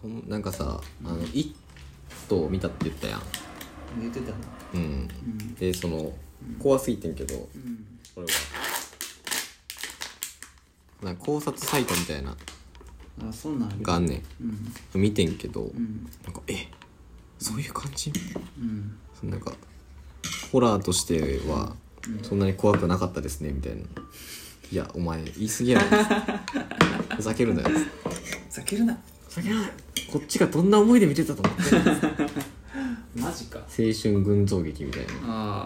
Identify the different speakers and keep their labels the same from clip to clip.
Speaker 1: ほんなんかさ「あのイット!」見たって言ったやん
Speaker 2: 言ってたな
Speaker 1: うん
Speaker 2: うん
Speaker 1: でその怖すぎてんけど
Speaker 2: うん
Speaker 1: 俺はなんか考察サイトみたいな
Speaker 2: あそんなんある
Speaker 1: があんね
Speaker 2: うん
Speaker 1: ん見てんけど
Speaker 2: うん
Speaker 1: なんかえそういう感じ
Speaker 2: うん
Speaker 1: そのなんかホラーとしてはそんなに怖くなかったですねみたいな「いやお前言い過ぎやろ」ふざけるなよ
Speaker 2: ふざけるな
Speaker 1: ふざけるなよこっちがどんな思いで見てたと思ってんの
Speaker 2: マジか
Speaker 1: 青春群像劇みたいな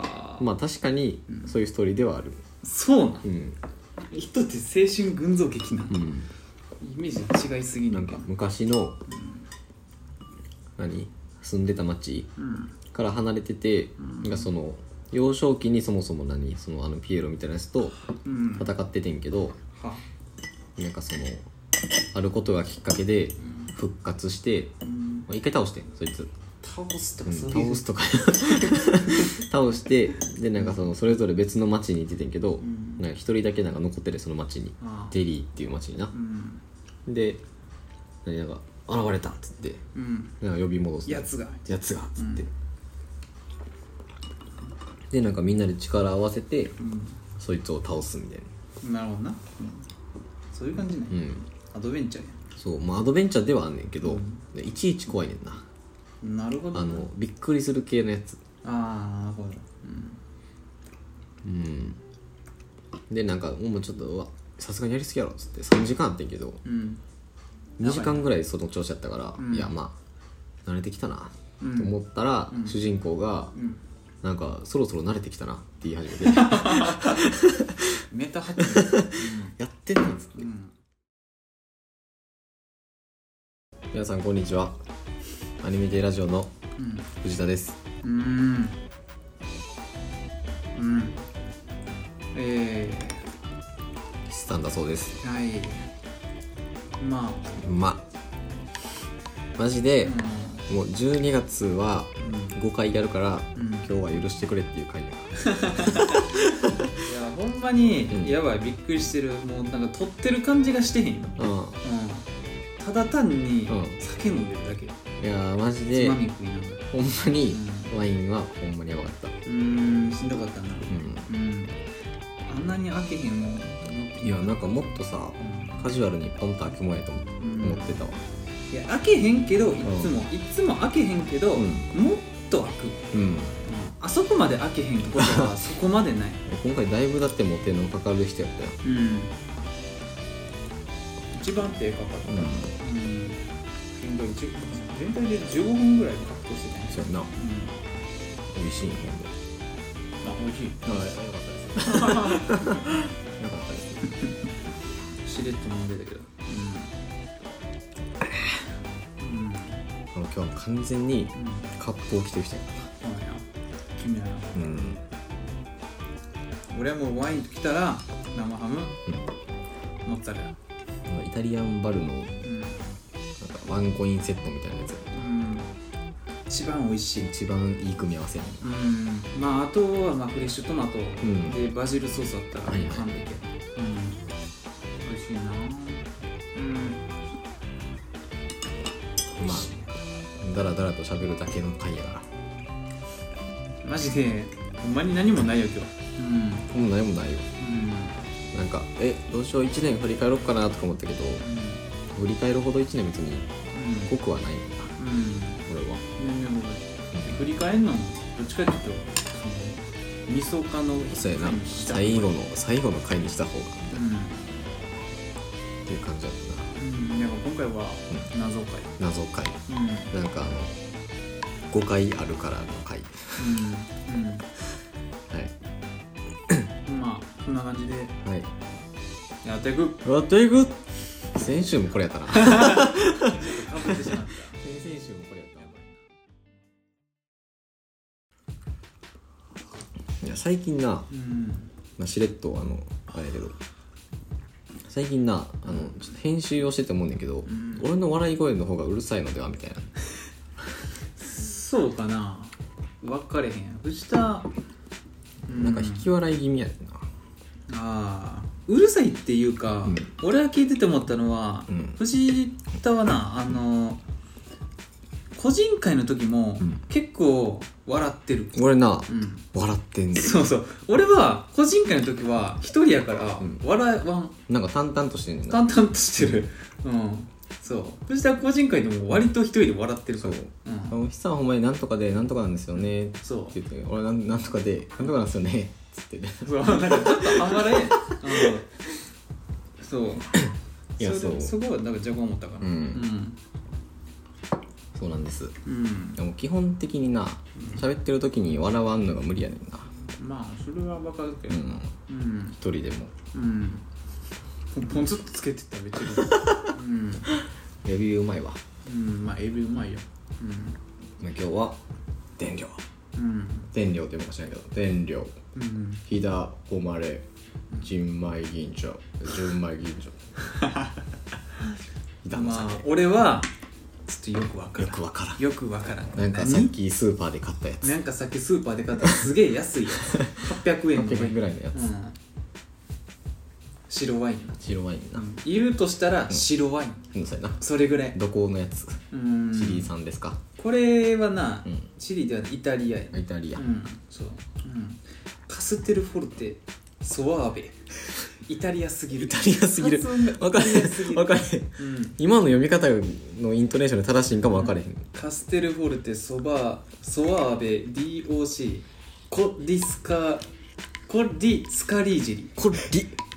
Speaker 2: ああ
Speaker 1: まあ確かにそういうストーリーではある
Speaker 2: そうなん
Speaker 1: うん、
Speaker 2: 人って青春群像劇なん
Speaker 1: う
Speaker 2: イ
Speaker 1: ん、
Speaker 2: メージ違いすぎ
Speaker 1: な
Speaker 2: なんん
Speaker 1: か
Speaker 2: か
Speaker 1: 昔の何住んでた町
Speaker 2: うん
Speaker 1: から離れててなんかその幼少期にそもそも何そのあのピエロみたいなやつと
Speaker 2: うん
Speaker 1: 戦っててんけど
Speaker 2: は
Speaker 1: なんかそのあることがきっかけで復活して
Speaker 2: うん
Speaker 1: まあ一回倒してんそいつ、
Speaker 2: 倒すと
Speaker 1: う
Speaker 2: か
Speaker 1: ん、
Speaker 2: そうい
Speaker 1: 倒
Speaker 2: う
Speaker 1: す とか倒してでなんかそのそれぞれ別の町に行っててんけど
Speaker 2: ん
Speaker 1: なんか一人だけなんか残ってるその町に
Speaker 2: あー
Speaker 1: デリーっていう町にな
Speaker 2: うん
Speaker 1: で何なんか現れたっつって
Speaker 2: うん
Speaker 1: なんか呼び戻す
Speaker 2: やつが
Speaker 1: やつがっつって、でなんかみんなで力合わせて
Speaker 2: う
Speaker 1: そいつを倒すみたいなん
Speaker 2: なるほどなうんそういう感じね
Speaker 1: うん
Speaker 2: アドベンチャー
Speaker 1: そうまあアドベンチャーではあんねんけど、でいちいち怖いねんな
Speaker 2: やなるほど
Speaker 1: あのびっくりする系のやつ
Speaker 2: ああなるほどうん
Speaker 1: うんでなんかもうちょっとうわさすがにやりすぎやろっつって3時間あってんけど
Speaker 2: うん
Speaker 1: 2時間ぐらいその調子やったから、
Speaker 2: うん
Speaker 1: いやまあ慣れてきたな、
Speaker 2: うん
Speaker 1: と思ったら、
Speaker 2: うん
Speaker 1: 主人公が
Speaker 2: うん
Speaker 1: なんかそろそろ慣れてきたなって言い始めてや
Speaker 2: メタ発言
Speaker 1: ってんなっつっ て
Speaker 2: うん
Speaker 1: 皆さんこんにちはアニメ系ラジオの
Speaker 2: うん
Speaker 1: 藤田です
Speaker 2: うんうんえ
Speaker 1: 筆さんだそうです
Speaker 2: ー、はいまあ
Speaker 1: まマジで、
Speaker 2: う
Speaker 1: もう12月は
Speaker 2: んうん
Speaker 1: 5回やるから
Speaker 2: うん
Speaker 1: 今日は許してくれっていう回や
Speaker 2: いやほんまに、
Speaker 1: うん
Speaker 2: やばいびっくりしてるもうなんか撮ってる感じがしてへんよ、
Speaker 1: うん
Speaker 2: うん、ただ単に
Speaker 1: うん
Speaker 2: 酒飲んでるだけ、
Speaker 1: いやーマジ
Speaker 2: つ
Speaker 1: で
Speaker 2: まみ食いながら
Speaker 1: ほんまにワインはほんまにやばかった
Speaker 2: うーんしんどかったな
Speaker 1: う
Speaker 2: うんあんなに開けへんもん
Speaker 1: んいやなんかもっとさカジュアルにポンと開けもえと思
Speaker 2: うん
Speaker 1: 思ってたわ
Speaker 2: いや開けへんけどいつも、いつも開けへんけど、
Speaker 1: うん
Speaker 2: もっと開く、うん
Speaker 1: うん
Speaker 2: あそこまで開けへんことはそこまでない
Speaker 1: 今回だいぶだってモテのかかる人やったよ
Speaker 2: うん一番手かかった、うん全体10全体で15分ぐらいカットしてたんです
Speaker 1: そ
Speaker 2: よ、
Speaker 1: うやな
Speaker 2: うん、
Speaker 1: 美味しいんほんで
Speaker 2: あ美味しい
Speaker 1: はいよかったですよかったです
Speaker 2: しれっと飲んでたけど
Speaker 1: あ
Speaker 2: うんうん
Speaker 1: の今日は完全に
Speaker 2: うん
Speaker 1: カップを着てる人やっ
Speaker 2: そうなんや君はな
Speaker 1: たうん
Speaker 2: 俺はもうワインときたら生ハム、モッツァレラ
Speaker 1: なんかイタリアンバルのなんか
Speaker 2: うん、
Speaker 1: ワンコインセットみたいなやつ
Speaker 2: うん、一番美味しい
Speaker 1: 一番いい組み合わせやね
Speaker 2: うんまああとはまあフレッシュトマト、
Speaker 1: ん
Speaker 2: でバジルソースあったら
Speaker 1: はいはい
Speaker 2: 完璧やうん美味しいなうん美味しい
Speaker 1: だらだらと喋るだけの回やから
Speaker 2: マジでほんまに何もないよ今日うん
Speaker 1: もう何もないよ
Speaker 2: うん
Speaker 1: なんかえどうしよう1年振り返ろうかなとか思ったけど振り返るほど1年別に濃くはないよな
Speaker 2: うんうん
Speaker 1: 俺は
Speaker 2: 全然僕振り返るのもどっちかっていうとその味噌化の
Speaker 1: そうやな
Speaker 2: 感じした
Speaker 1: 最後の最後の回にした方が
Speaker 2: う、
Speaker 1: っていう感じだったなん
Speaker 2: うん、なんか今回は謎解
Speaker 1: 謎回
Speaker 2: うんうん
Speaker 1: なんかあの5回あるからの回はい
Speaker 2: うんまあこんな感じで
Speaker 1: はい
Speaker 2: やっていく
Speaker 1: やっていく先週もこれやったな 先
Speaker 2: かぶってしまった
Speaker 1: 々週もこれやったいや最近な、
Speaker 2: うん
Speaker 1: まあ、しれっとあのあれやけど最近なあのちょっと編集をしてて思うねんだけど、
Speaker 2: ん
Speaker 1: 俺の笑い声の方がうるさいのではみたいな
Speaker 2: そうかな分かれへん藤田うん
Speaker 1: なんか引き笑い気味やねんな
Speaker 2: ああうるさいっていうか、
Speaker 1: うん
Speaker 2: 俺が聞いてて思ったのは、
Speaker 1: うん
Speaker 2: 藤田はなあの個人会の時も
Speaker 1: うん
Speaker 2: 結構笑ってる、
Speaker 1: 俺な
Speaker 2: うん、
Speaker 1: 笑ってんね
Speaker 2: そうそう俺は個人会の時は一人やから
Speaker 1: うん
Speaker 2: 笑わん
Speaker 1: んなんか淡々としてんねんな
Speaker 2: 淡々としてるうんそうそしたら個人会でも割と一人で笑ってるから
Speaker 1: そう
Speaker 2: うん
Speaker 1: あのさんほんまになんとかでなんとかなんですよねって
Speaker 2: そう
Speaker 1: 言って俺なんなんとかでなんとかなんですよねっつってね
Speaker 2: そうなんかちょっとあんま り、うん、そう
Speaker 1: いや
Speaker 2: れ
Speaker 1: そう
Speaker 2: こはなんか若干思ったかな
Speaker 1: うん
Speaker 2: うん
Speaker 1: そうなんです
Speaker 2: うん
Speaker 1: でも基本的にな喋ってる時に笑わんのが無理やねんな
Speaker 2: まあそれは分かるけ
Speaker 1: う
Speaker 2: ど
Speaker 1: ん
Speaker 2: うん
Speaker 1: 一人でも
Speaker 2: うんポンポンずっとつけてっためっち ゃうん
Speaker 1: レビューうまいわ、
Speaker 2: うんまあエビうまいよ
Speaker 1: まあ、今日は電量
Speaker 2: うんうん
Speaker 1: 電量って言うのか知らんけど電量
Speaker 2: うん
Speaker 1: 飛騨誉れ純米銀茶純米銀 茶飛騨の
Speaker 2: まあ
Speaker 1: 酒、
Speaker 2: 俺はちょっとよくわからん
Speaker 1: よくわからん
Speaker 2: よくわからん
Speaker 1: なんかさっきスーパーで買ったやつ
Speaker 2: なんかさっきスーパーで買ったすげえ安いやつ800円とか
Speaker 1: 800円ぐらいのやつ、
Speaker 2: うん白ワイン
Speaker 1: 白ワインな、
Speaker 2: いるとしたら白ワイン、
Speaker 1: うん、そうやな
Speaker 2: それぐらい
Speaker 1: どこのやつ
Speaker 2: うん
Speaker 1: チリ産ですか、
Speaker 2: これはな、
Speaker 1: うん
Speaker 2: チリではイタリアや
Speaker 1: イタリア、
Speaker 2: うんそう、うん、カステルフォルテソワーベイタリアすぎる
Speaker 1: イタリアすぎる
Speaker 2: 発音が
Speaker 1: 分かれ
Speaker 2: イタリアすぎ
Speaker 1: へん
Speaker 2: る
Speaker 1: 分かれへん
Speaker 2: うん、
Speaker 1: 今の読み方のイントネーションで正しいんかも分かれへん、
Speaker 2: カステルフォルテソバソワーベ DOC コディスカコディスカリージリ
Speaker 1: こり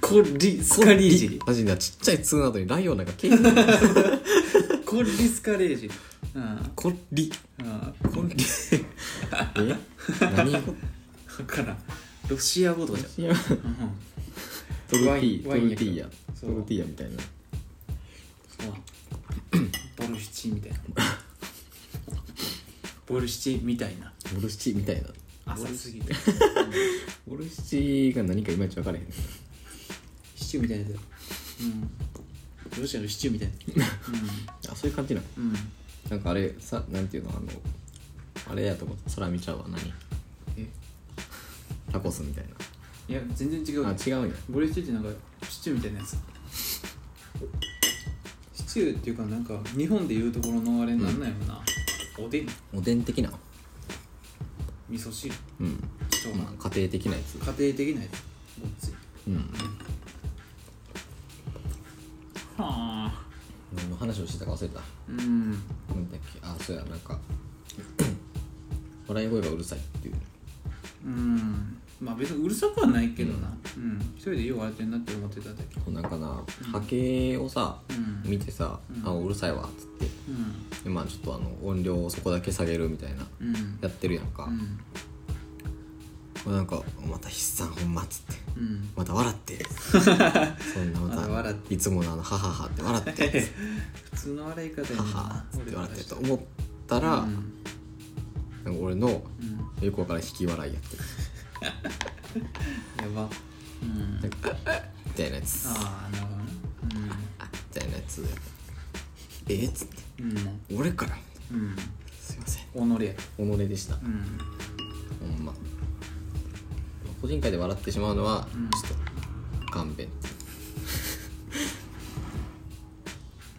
Speaker 2: コディスカリージリ
Speaker 1: マジなちっちゃい「つ」の後にライオンなんかケーキ
Speaker 2: コディスカリージリうん
Speaker 1: こり
Speaker 2: うん
Speaker 1: こりえ何語
Speaker 2: だからんロシア語とかじゃん
Speaker 1: いやトルテ
Speaker 2: ワイ
Speaker 1: ィ
Speaker 2: ン
Speaker 1: トルティーヤ
Speaker 2: そ
Speaker 1: ト
Speaker 2: う
Speaker 1: ルティーヤみたいな
Speaker 2: そうボルシチみた いなボルシチみたいな
Speaker 1: ボルシチみたいな
Speaker 2: 浅すぎて
Speaker 1: ボルシチが何かいまいち分かれへん
Speaker 2: シチューみたいなやつうんロシアのシチューみたい なや
Speaker 1: あそういう感じなの
Speaker 2: つうん、うん、
Speaker 1: なんかあれさなんていうのあのあれやと思った空見ちゃうわ何
Speaker 2: え
Speaker 1: タコスみたいない
Speaker 2: や全然違う
Speaker 1: あ違うんや
Speaker 2: ボルシチってなんかシチューみたいなやつシチューっていうかなんか日本でいうところのあれなんなんやろな、おでん
Speaker 1: おでん的な
Speaker 2: 味噌汁
Speaker 1: うん
Speaker 2: そう
Speaker 1: まあ家庭的なやつ
Speaker 2: 家庭的なやつごっつい
Speaker 1: うん
Speaker 2: はあ
Speaker 1: 何の話をしてたか忘れた
Speaker 2: うん
Speaker 1: なんだっけあそうやなんか 笑い声がうるさいっていう
Speaker 2: うんまあ別にうるさくはないけどなうん、一人でよう笑ってんなって思ってただけ
Speaker 1: なんかな波形をさ
Speaker 2: うん
Speaker 1: 見てさ「あうるさいわ」っつって
Speaker 2: うん
Speaker 1: でまあちょっとあの音量をそこだけ下げるみたいな
Speaker 2: うん
Speaker 1: やってるやんか
Speaker 2: う、ん
Speaker 1: まあなんか「また筆算ほんま」っつって
Speaker 2: うん
Speaker 1: 「また笑 って」そんなま
Speaker 2: ま
Speaker 1: た
Speaker 2: た笑って
Speaker 1: いつものあの「ははは」って笑 って
Speaker 2: 普通の笑い
Speaker 1: 「
Speaker 2: 方や
Speaker 1: は
Speaker 2: な
Speaker 1: は」っつって
Speaker 2: 俺ら
Speaker 1: 笑ってる
Speaker 2: からした
Speaker 1: と
Speaker 2: ら
Speaker 1: 思ったら、
Speaker 2: うん
Speaker 1: なんか俺の
Speaker 2: うん
Speaker 1: よくわからん引き笑いやってる
Speaker 2: やばうん
Speaker 1: みたいなやつ
Speaker 2: ああなるほどね
Speaker 1: あみたいなやつえっつって
Speaker 2: う
Speaker 1: 「
Speaker 2: ん
Speaker 1: 俺から」
Speaker 2: うん
Speaker 1: すいません
Speaker 2: うん己や
Speaker 1: 己でした
Speaker 2: うん
Speaker 1: ほんま個人会で笑ってしまうのは
Speaker 2: うん
Speaker 1: ちょっと勘弁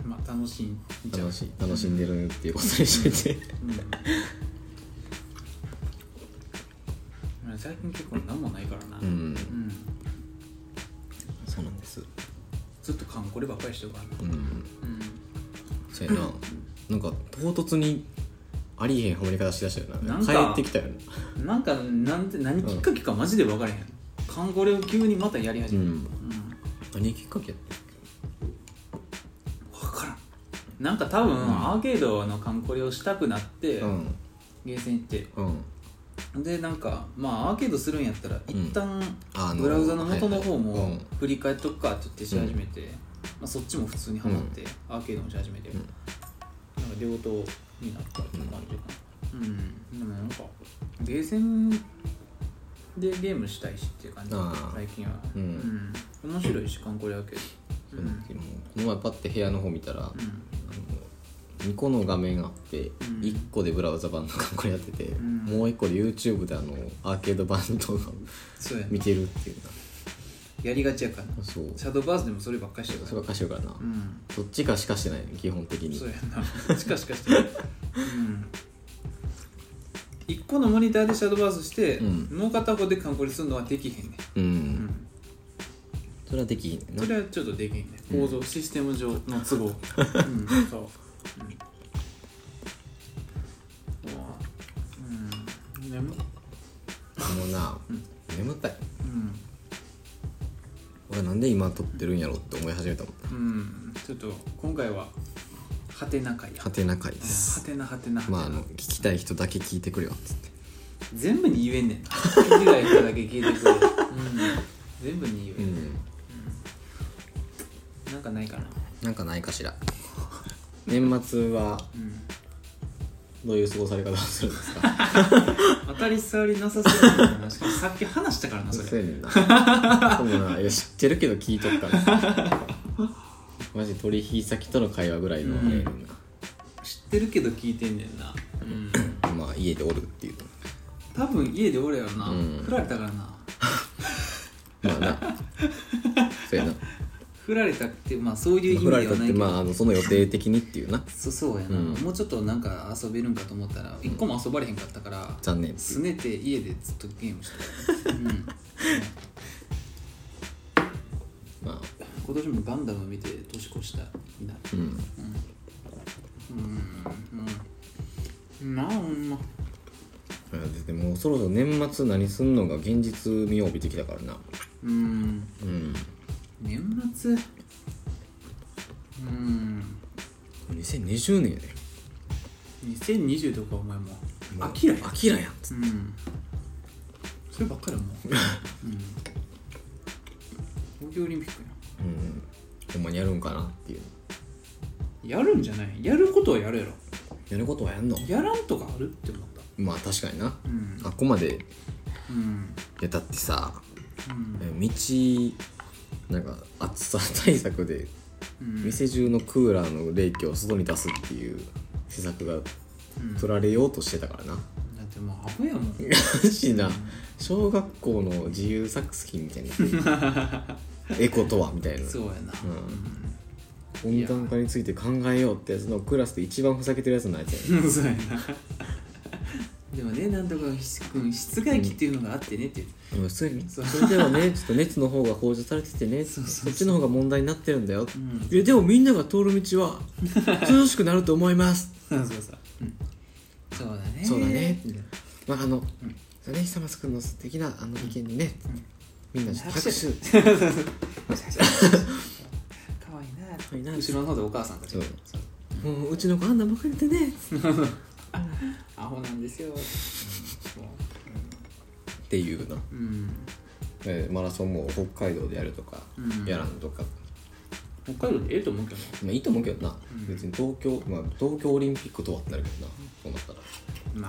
Speaker 2: まあ楽しいんちゃう
Speaker 1: 楽しい楽しんでるっていうことにしといて
Speaker 2: うん俺最近結構何もないからな
Speaker 1: う
Speaker 2: うん
Speaker 1: んそうなんです
Speaker 2: ずっと缶こればっかりしてるからな
Speaker 1: うん
Speaker 2: うん
Speaker 1: そうやななんか唐突にありえへんハマり方しだしたよな
Speaker 2: なん
Speaker 1: 帰
Speaker 2: か
Speaker 1: ってきたよな
Speaker 2: なんかなんで何きっかけかマジで分からへん缶これを急にまたやり始
Speaker 1: う
Speaker 2: める
Speaker 1: ん
Speaker 2: うん
Speaker 1: 何きっかけやった
Speaker 2: 分からんなんか多分、アーケードの観光をしたくなって、
Speaker 1: うん
Speaker 2: ゲーセン行って
Speaker 1: うん
Speaker 2: でなんかまあアーケードするんやったら一旦、
Speaker 1: あ
Speaker 2: ブラウザの元
Speaker 1: は
Speaker 2: の方
Speaker 1: いはい
Speaker 2: も
Speaker 1: うん
Speaker 2: 振り返っとくかって言ってし始めて、まあ、そっちも普通にハマって、アーケードもし始めて、
Speaker 1: ん
Speaker 2: なんか両方になったっていうのもあるけどうん、でもなんかゲーセンでゲームしたいしっていう感じ
Speaker 1: あー
Speaker 2: 最近は、
Speaker 1: うん
Speaker 2: うん面白いし観光アーケー
Speaker 1: そ
Speaker 2: ド
Speaker 1: う
Speaker 2: う
Speaker 1: んなんだけどもこの前パッて部屋の方見たら
Speaker 2: うん
Speaker 1: 2個の画面あって
Speaker 2: ん
Speaker 1: 1個でブラウザ版の韓国やってて、
Speaker 2: ん
Speaker 1: もう1個で YouTube であのアーケード版の動画を
Speaker 2: そうやな
Speaker 1: 見てるっていう
Speaker 2: やりがちやからな
Speaker 1: なそう
Speaker 2: シャドーバーズでもそればっかりしてる
Speaker 1: それ
Speaker 2: から
Speaker 1: が歌手からな、
Speaker 2: うん
Speaker 1: どっちかしかしてないね基本的に
Speaker 2: そうやなしかしかしてないうん一個のモニターでシャドーバースして、
Speaker 1: うん
Speaker 2: もう片方でカンコレするのはできへんね、
Speaker 1: う
Speaker 2: うんん、
Speaker 1: それはできひんな
Speaker 2: それはちょっとできへんね構造、システム上の都合うんそう、うん、もううん眠
Speaker 1: もうな
Speaker 2: うん
Speaker 1: 眠たい
Speaker 2: うん
Speaker 1: 俺なんで今撮ってるんやろって思い始めたもん
Speaker 2: うんちょっと今回はハテナ会や
Speaker 1: はてな回で
Speaker 2: ハ
Speaker 1: す
Speaker 2: テナハテナハテナ
Speaker 1: まああの聞きたい人だけ聞いてくれよっつって
Speaker 2: 全部に言えんねんな聞きたい人だけ聞いてくれ、うん、全部に言
Speaker 1: う
Speaker 2: え、
Speaker 1: んん
Speaker 2: なんかないかな
Speaker 1: なんかないかしら年末は
Speaker 2: うん
Speaker 1: どういう過ごされ方をするんですか
Speaker 2: 当たり障りなさそうだなしかもさっき話したからなそ
Speaker 1: そう
Speaker 2: れ
Speaker 1: やねんなそうないや知ってるけど聞いとくから マジ取引先との会話ぐらいのあれやねんな、
Speaker 2: 知ってるけど聞いてんねんな、うん、
Speaker 1: まあ家でおるっていう
Speaker 2: 多分家でおるやろな、
Speaker 1: うん
Speaker 2: 振られたからな
Speaker 1: まあ なそうやな
Speaker 2: 振られたってまあそういう意味
Speaker 1: 振
Speaker 2: で
Speaker 1: ら
Speaker 2: は
Speaker 1: れたっ
Speaker 2: ない
Speaker 1: て
Speaker 2: けど、
Speaker 1: まああのその予定的にっていうな
Speaker 2: そそうやな、
Speaker 1: うん
Speaker 2: もうちょっとなんか遊べるんかと思ったら一個も遊ばれへんかったから、
Speaker 1: 残念ってい
Speaker 2: す
Speaker 1: う
Speaker 2: ねて家でずっとゲームしてた、うんね
Speaker 1: まあ
Speaker 2: 今年もガンダム見て年越したみたいな
Speaker 1: うん
Speaker 2: うんうんなあほんま
Speaker 1: いやでもうそろそろ年末何すんのが現実味を帯びてきたからな
Speaker 2: うん
Speaker 1: うん
Speaker 2: 年末うん
Speaker 1: 2020年やね
Speaker 2: 2020とかお前も
Speaker 1: もう
Speaker 2: 飽きらへん
Speaker 1: アキラやんつっ
Speaker 2: うんそればっかりやもう、うん、東京オリンピック
Speaker 1: てうんほんまにやるんかなっていう
Speaker 2: やんやるんじゃないやることはやるやろ
Speaker 1: やることはやんの
Speaker 2: やらんとかあるって思った
Speaker 1: まあ確かにな
Speaker 2: うん
Speaker 1: あっこまで
Speaker 2: うん
Speaker 1: やったってさ
Speaker 2: うん
Speaker 1: 道なんか暑さ対策で
Speaker 2: うん
Speaker 1: 店中のクーラーの冷気を外に出すっていう施策が
Speaker 2: うん
Speaker 1: 取られようとしてたからな
Speaker 2: だってもうアホやもん
Speaker 1: マジな小学校の自由作品みたいなエコとはみたいな
Speaker 2: そうやな、
Speaker 1: 温暖化について考えようってやつのクラスで一番ふざけてるやつのやつやね
Speaker 2: うん、 そうやなでもねなんとか君室外機っていうのがあってねっていう、
Speaker 1: うんそれ
Speaker 2: そ
Speaker 1: そうれではねちょっと熱の方が向上されててね
Speaker 2: そ
Speaker 1: そう
Speaker 2: そうそう
Speaker 1: っちの方が問題になってるんだよ、
Speaker 2: ん
Speaker 1: いやでもみんなが通る道は涼しくなると思います
Speaker 2: そうそうそう、うん、そうだね
Speaker 1: そうだね
Speaker 2: みたいな
Speaker 1: まああの、
Speaker 2: ん
Speaker 1: そうね久松君の素敵なあの意見にね、みんなちょっと拍手
Speaker 2: 拍
Speaker 1: 可
Speaker 2: 可愛いな
Speaker 1: 愛いな
Speaker 2: 後ろの方でお母さんたちが
Speaker 1: そうもううちの子あんなばかりでね
Speaker 2: アホなんですよ、うんも
Speaker 1: っていうな
Speaker 2: ううん、
Speaker 1: えーマラソンも北海道でやるとか、
Speaker 2: うん
Speaker 1: やらんとか、
Speaker 2: 北海道でええと思うけど
Speaker 1: まあ、いいと思うけどな、
Speaker 2: うん
Speaker 1: 別に東京、まあ、東京オリンピックとはってなるけどなそうなったら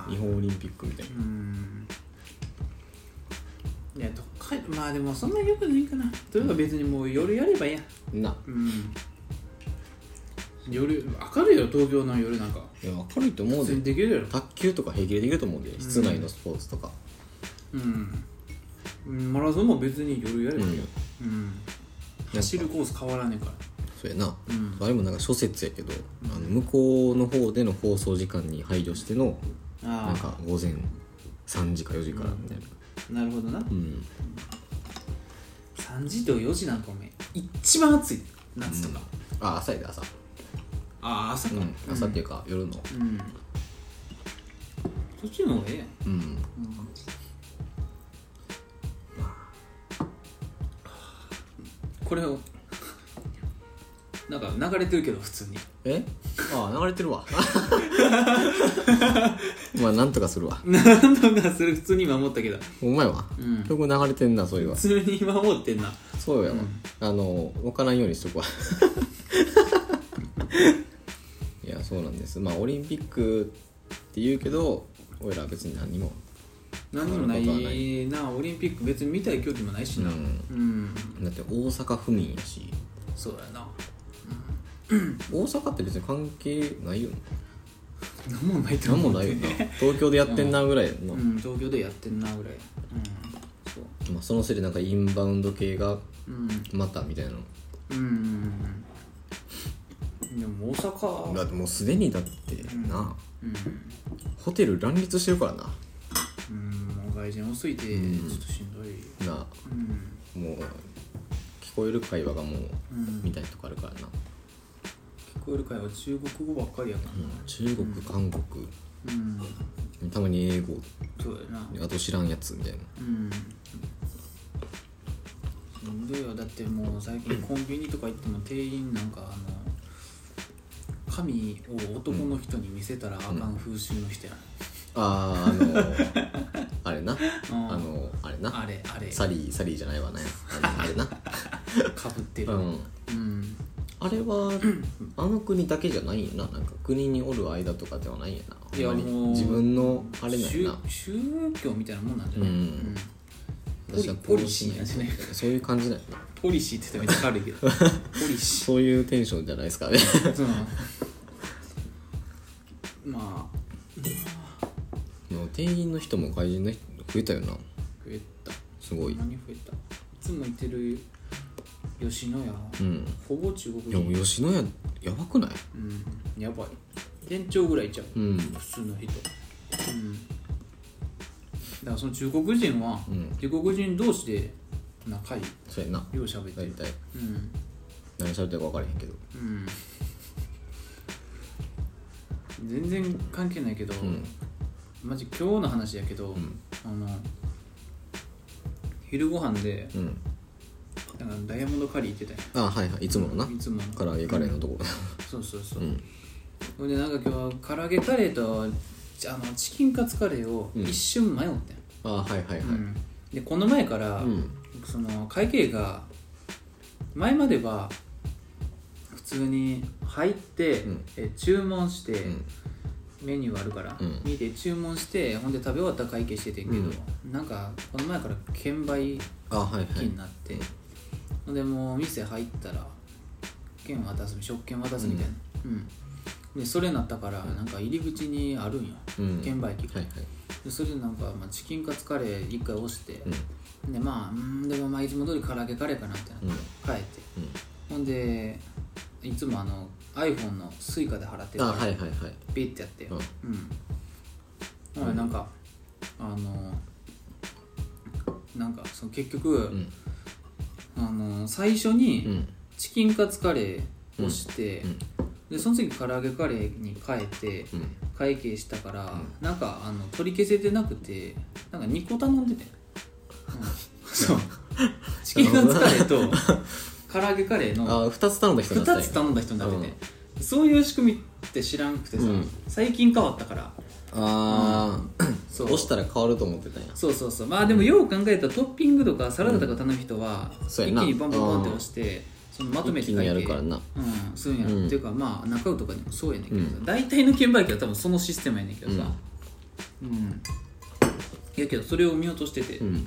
Speaker 2: なまあ
Speaker 1: 日本オリンピックみたいな
Speaker 2: うんいや北海道まあでもそんなによくないかなというか別にもう夜やればいいや
Speaker 1: な
Speaker 2: うん夜明るいよ東京の夜なんか
Speaker 1: いや明るいと思う
Speaker 2: 普通
Speaker 1: で
Speaker 2: にできるやろ
Speaker 1: 卓球とか平気でできると思うで室内のスポーツとか
Speaker 2: うんマラソンも別に夜やれ
Speaker 1: うん、
Speaker 2: ばいいよ、うん走るコース変わらねえから
Speaker 1: そうやな、
Speaker 2: うん
Speaker 1: あれもなんか諸説やけど、あの向こうの方での放送時間に配慮してのな
Speaker 2: あ
Speaker 1: んか午前3時か4時からみたいな
Speaker 2: あなるほどな
Speaker 1: うん、
Speaker 2: 3時と4時なんかお前一番暑い夏とか、
Speaker 1: あ朝やで朝
Speaker 2: ああ朝か
Speaker 1: うん朝っていうか、夜の
Speaker 2: うん、そっちの方がええやん
Speaker 1: うん
Speaker 2: これをなんか流れてるけど普通に
Speaker 1: えああ流れてるわ まあなんとかするわ
Speaker 2: 何とかする普通に守ったけど
Speaker 1: お前は
Speaker 2: うん
Speaker 1: 曲流れてんなそういえば
Speaker 2: 普通に守ってんな
Speaker 1: そうやわ、
Speaker 2: うん
Speaker 1: あの分からんようにしとくわ いやそうなんですまあオリンピックって言うけど俺らは別に何も
Speaker 2: 何にもな
Speaker 1: そんなことはない
Speaker 2: なオリンピック別に見たい競技もないしな
Speaker 1: う
Speaker 2: うん
Speaker 1: ん、だって大阪府民やし
Speaker 2: そうやな
Speaker 1: 大阪って別に関係ないよな
Speaker 2: 何もないと
Speaker 1: 何
Speaker 2: 思
Speaker 1: も
Speaker 2: う
Speaker 1: ないよ な東京でやってんなぐらいやんな、
Speaker 2: うん東京でやってんなぐらいうんそう
Speaker 1: まあ、そのせいでなんかインバウンド系が
Speaker 2: うん
Speaker 1: またみたいなの
Speaker 2: うんうんうんでも大阪
Speaker 1: だってもうすでにだってな、
Speaker 2: うん
Speaker 1: ホテル乱立してるからな
Speaker 2: うんもう外人多すぎてち
Speaker 1: うん
Speaker 2: ょっとしんどい
Speaker 1: な
Speaker 2: うん
Speaker 1: もう聞こえる会話がもう
Speaker 2: うん
Speaker 1: みたいなとこあるからな、
Speaker 2: 聞こえる会は中国語ばっかりやからな
Speaker 1: 中国韓国
Speaker 2: うん
Speaker 1: たまに英語
Speaker 2: そうやな
Speaker 1: あと知らんやつみたいな
Speaker 2: うんしんどいよだってもう最近コンビニとか行っても店員なんかあの髪を男の人に見せたらあかん風習の人や
Speaker 1: あーあの あれな
Speaker 2: うん
Speaker 1: あのあれ
Speaker 2: な
Speaker 1: な
Speaker 2: あれあれ
Speaker 1: サリーサリーじゃないわ ねあのあれな
Speaker 2: かぶってる
Speaker 1: うん
Speaker 2: うん
Speaker 1: あれ はあの国だけじゃないんやななんか国におる間とかではないんやなあん
Speaker 2: いや
Speaker 1: まり
Speaker 2: もう
Speaker 1: 自分のあれなんやな
Speaker 2: 宗宗教みたいなもんなんじゃない、
Speaker 1: うん
Speaker 2: ポリポリシーなんじゃない
Speaker 1: そういう感じなんやな
Speaker 2: ポリシーって言ったらめっちゃ軽い けどポリシ
Speaker 1: そういうテンションじゃないですかね
Speaker 2: ーうんまあ
Speaker 1: もう店員の人も外人の人増えたよな
Speaker 2: 増えた
Speaker 1: すごい
Speaker 2: 何増えたいつも行ってる吉野家、
Speaker 1: うん
Speaker 2: ほぼ中
Speaker 1: いやも
Speaker 2: 国
Speaker 1: う
Speaker 2: 人
Speaker 1: 吉野家やばくない
Speaker 2: うんやばい店長ぐらいちゃう、
Speaker 1: うん
Speaker 2: 普通の人うんだからその中国人は、
Speaker 1: うん
Speaker 2: 中国人同士で仲いいよ
Speaker 1: そうやな
Speaker 2: う喋って
Speaker 1: 大
Speaker 2: る
Speaker 1: 体
Speaker 2: うん
Speaker 1: 何喋ってるか分からへんけど
Speaker 2: うん全然関係ないけど、
Speaker 1: ん
Speaker 2: マジ今日の話やけど、
Speaker 1: ん
Speaker 2: あの昼ご飯で
Speaker 1: うん
Speaker 2: なんかダイヤモンドカリー行ってたよ
Speaker 1: あはいはいいつものない
Speaker 2: つもの
Speaker 1: 唐揚げカレーのとこ
Speaker 2: そうそうそう
Speaker 1: うん
Speaker 2: ほんでなんか今日は唐揚げカレーとちあのチキンカツカレーを
Speaker 1: うん
Speaker 2: 一瞬迷ってん、
Speaker 1: あはいはいはい
Speaker 2: うんでこの前から、
Speaker 1: うん
Speaker 2: その会計が前までは普通に入って、
Speaker 1: うん
Speaker 2: え注文して、
Speaker 1: うん
Speaker 2: メニューあるから、
Speaker 1: うん
Speaker 2: 見て注文してほんで食べ終わったら会計しててんけど、なんかこの前から券売
Speaker 1: あはいは
Speaker 2: 機
Speaker 1: い
Speaker 2: になって、ほんでもう店入ったら券渡す食券渡すみたいなうん、でそれなったからなんか入り口にあるんよ、
Speaker 1: うん
Speaker 2: 券売機が、
Speaker 1: はいはい
Speaker 2: でそれでなんか、まあ、チキンカツカレー一回押して、
Speaker 1: うん
Speaker 2: でまあうんでもまあいつも通り唐揚げカレーかなってなって、
Speaker 1: うん
Speaker 2: 帰ってほんでいつもあの iPhone の Suica で払ってる
Speaker 1: あ
Speaker 2: から
Speaker 1: はいはいはい
Speaker 2: ピッてやって
Speaker 1: うん
Speaker 2: うん、ほらなんかあのなんかその結局、
Speaker 1: うん
Speaker 2: あの最初
Speaker 1: う
Speaker 2: に
Speaker 1: ん
Speaker 2: チキンカツカレーをして、
Speaker 1: うん
Speaker 2: でその次唐揚げカレーに変えて
Speaker 1: うん
Speaker 2: 会計したから、なんかあの取り消せてなくてなんか2個頼ん でて、うん、そうチキンカツカレーと唐揚げカレーの
Speaker 1: あ二つ頼んだ人にな
Speaker 2: 2
Speaker 1: っ
Speaker 2: つ
Speaker 1: たんや
Speaker 2: 頼んだ人になってて、そういう仕組みって知らんくてさ、
Speaker 1: うん
Speaker 2: 最近変わったから
Speaker 1: ああ
Speaker 2: そう
Speaker 1: 押したら変わると思ってたんや
Speaker 2: そうそうそうまあでもよう考えたらトッピングとかサラダとか頼む人は一
Speaker 1: そう
Speaker 2: 気
Speaker 1: やな
Speaker 2: にバンバンバンって押してそのまとめ
Speaker 1: 一
Speaker 2: て
Speaker 1: 気
Speaker 2: 書い
Speaker 1: にや
Speaker 2: て
Speaker 1: るからな
Speaker 2: うんするんやろ、
Speaker 1: うん
Speaker 2: っていうかまあ中尾とかでもそうやねんけどさ、
Speaker 1: う
Speaker 2: 大体の券売機は多分そのシステムやねんけどさうん、やけどそれを見落としてて、
Speaker 1: うん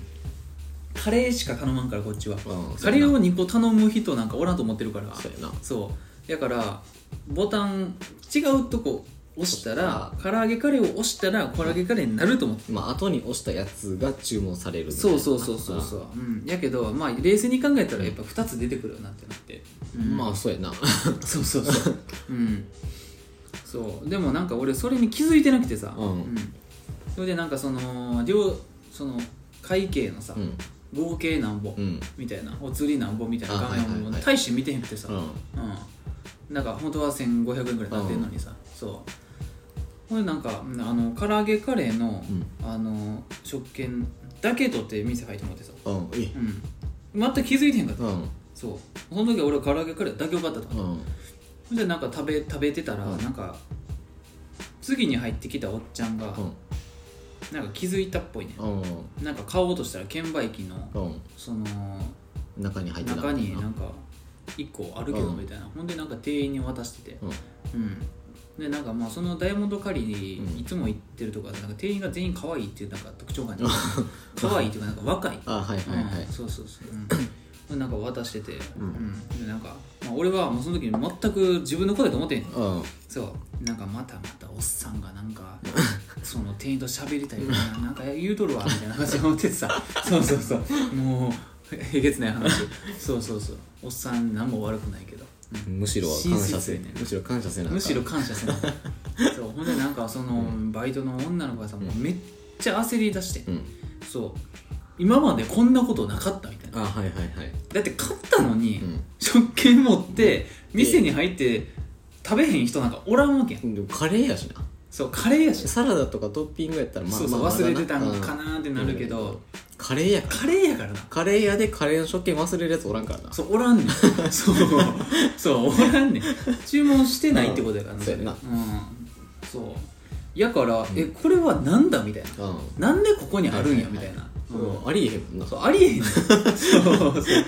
Speaker 2: カレーしか頼まんからこっちは
Speaker 1: ん
Speaker 2: カレーを2個頼む人なんかおらんと思ってるから
Speaker 1: そうやな
Speaker 2: そうだからボタン違うとこ押したら
Speaker 1: 押
Speaker 2: 唐揚げカレーを押したら唐揚げカレーになると思って
Speaker 1: まあ後に押したやつが注文されるみたい
Speaker 2: そ
Speaker 1: な
Speaker 2: うそうそうそうそう、うん、やけどまあ冷静に考えたらやっぱ2つ出てくるよなってなって、
Speaker 1: あーまあ そうやな
Speaker 2: そうそうそううんそうでもなんか俺それに気づいてなくてさ、
Speaker 1: うん
Speaker 2: それでなんかその両その会計のさ、
Speaker 1: うん
Speaker 2: 合計なんぼ
Speaker 1: うん
Speaker 2: みたいなお釣りなんぼみたいな
Speaker 1: あ
Speaker 2: 画
Speaker 1: はい
Speaker 2: 面
Speaker 1: は
Speaker 2: も
Speaker 1: いはい
Speaker 2: 大して見てへんくてさ、
Speaker 1: うん
Speaker 2: うん、なんか本当は1500円ぐらいなってんのにさ、そうこれなんかうんあの唐揚げカレーの,、あの食券だけ取って店入ってもらってさ、
Speaker 1: うんいい
Speaker 2: うん、全く気づいてへんかった、
Speaker 1: うん
Speaker 2: そうその時は俺は唐揚げカレーだけよかったと思
Speaker 1: う
Speaker 2: っ
Speaker 1: ん
Speaker 2: て、でなんか食べ食べてたら、
Speaker 1: うん
Speaker 2: なんか次に入ってきたおっちゃんが、
Speaker 1: うん
Speaker 2: なんか気づいたっぽいね
Speaker 1: うん
Speaker 2: なんか買おうとしたら券売機の
Speaker 1: うん
Speaker 2: その
Speaker 1: 中に入ってなか
Speaker 2: 中
Speaker 1: ったな
Speaker 2: になんか1個あるけどみたいな、ほんでなんか店員に渡してて
Speaker 1: うん
Speaker 2: うんでなんかまあそのダイヤモンドカリー
Speaker 1: うん
Speaker 2: にいつも行ってるとか,、なんか店員が全員可愛いっていうなんか特徴感じ可愛いっていうかなんか若い
Speaker 1: あはいはいはい
Speaker 2: うんそうそうそう、うん、なんか渡してて、うんんでなんか、まあ、俺はもうその時に全く自分の声だと思ってん
Speaker 1: うん
Speaker 2: そうなんかまたまたおっさんがなんかその店員と喋りたいとかなんか言うとるわみたいな感じで思っててさそうそうそうもうえげつない話そうそうそうおっさん何も悪くないけど
Speaker 1: むしろ感謝せ、
Speaker 2: 親切やね
Speaker 1: むしろ感謝せなあかん
Speaker 2: むしろ感謝せなそうほんでなんかその、バイトの女の子がさもうめっちゃ焦り出して、
Speaker 1: うん
Speaker 2: そう今までこんなことなかったみたいな
Speaker 1: あはいはいはい
Speaker 2: だって買ったのに、
Speaker 1: う
Speaker 2: 食券持って店に入って食べへん人なんかおらんわけやん
Speaker 1: んでもカレーやしな
Speaker 2: そうカレーやし
Speaker 1: サラダとかトッピングやったらまあ
Speaker 2: そうそう
Speaker 1: まあまだ
Speaker 2: 忘
Speaker 1: な
Speaker 2: れてたんかなってなるけど、
Speaker 1: うんカレーやから
Speaker 2: カレーやからな
Speaker 1: カレー屋でカレーの食券忘れるやつおらんからな
Speaker 2: そうおらんね んそうそうおらんねん注文してないってことやから
Speaker 1: うんそうやな
Speaker 2: うん、そうやから、えこれはなんだみたいな
Speaker 1: うん
Speaker 2: なんでここにあるんや
Speaker 1: はい
Speaker 2: み
Speaker 1: はい
Speaker 2: た
Speaker 1: はい
Speaker 2: いな、
Speaker 1: そ
Speaker 2: うん
Speaker 1: うありえへんもんな
Speaker 2: そうあり えへんねんそうそう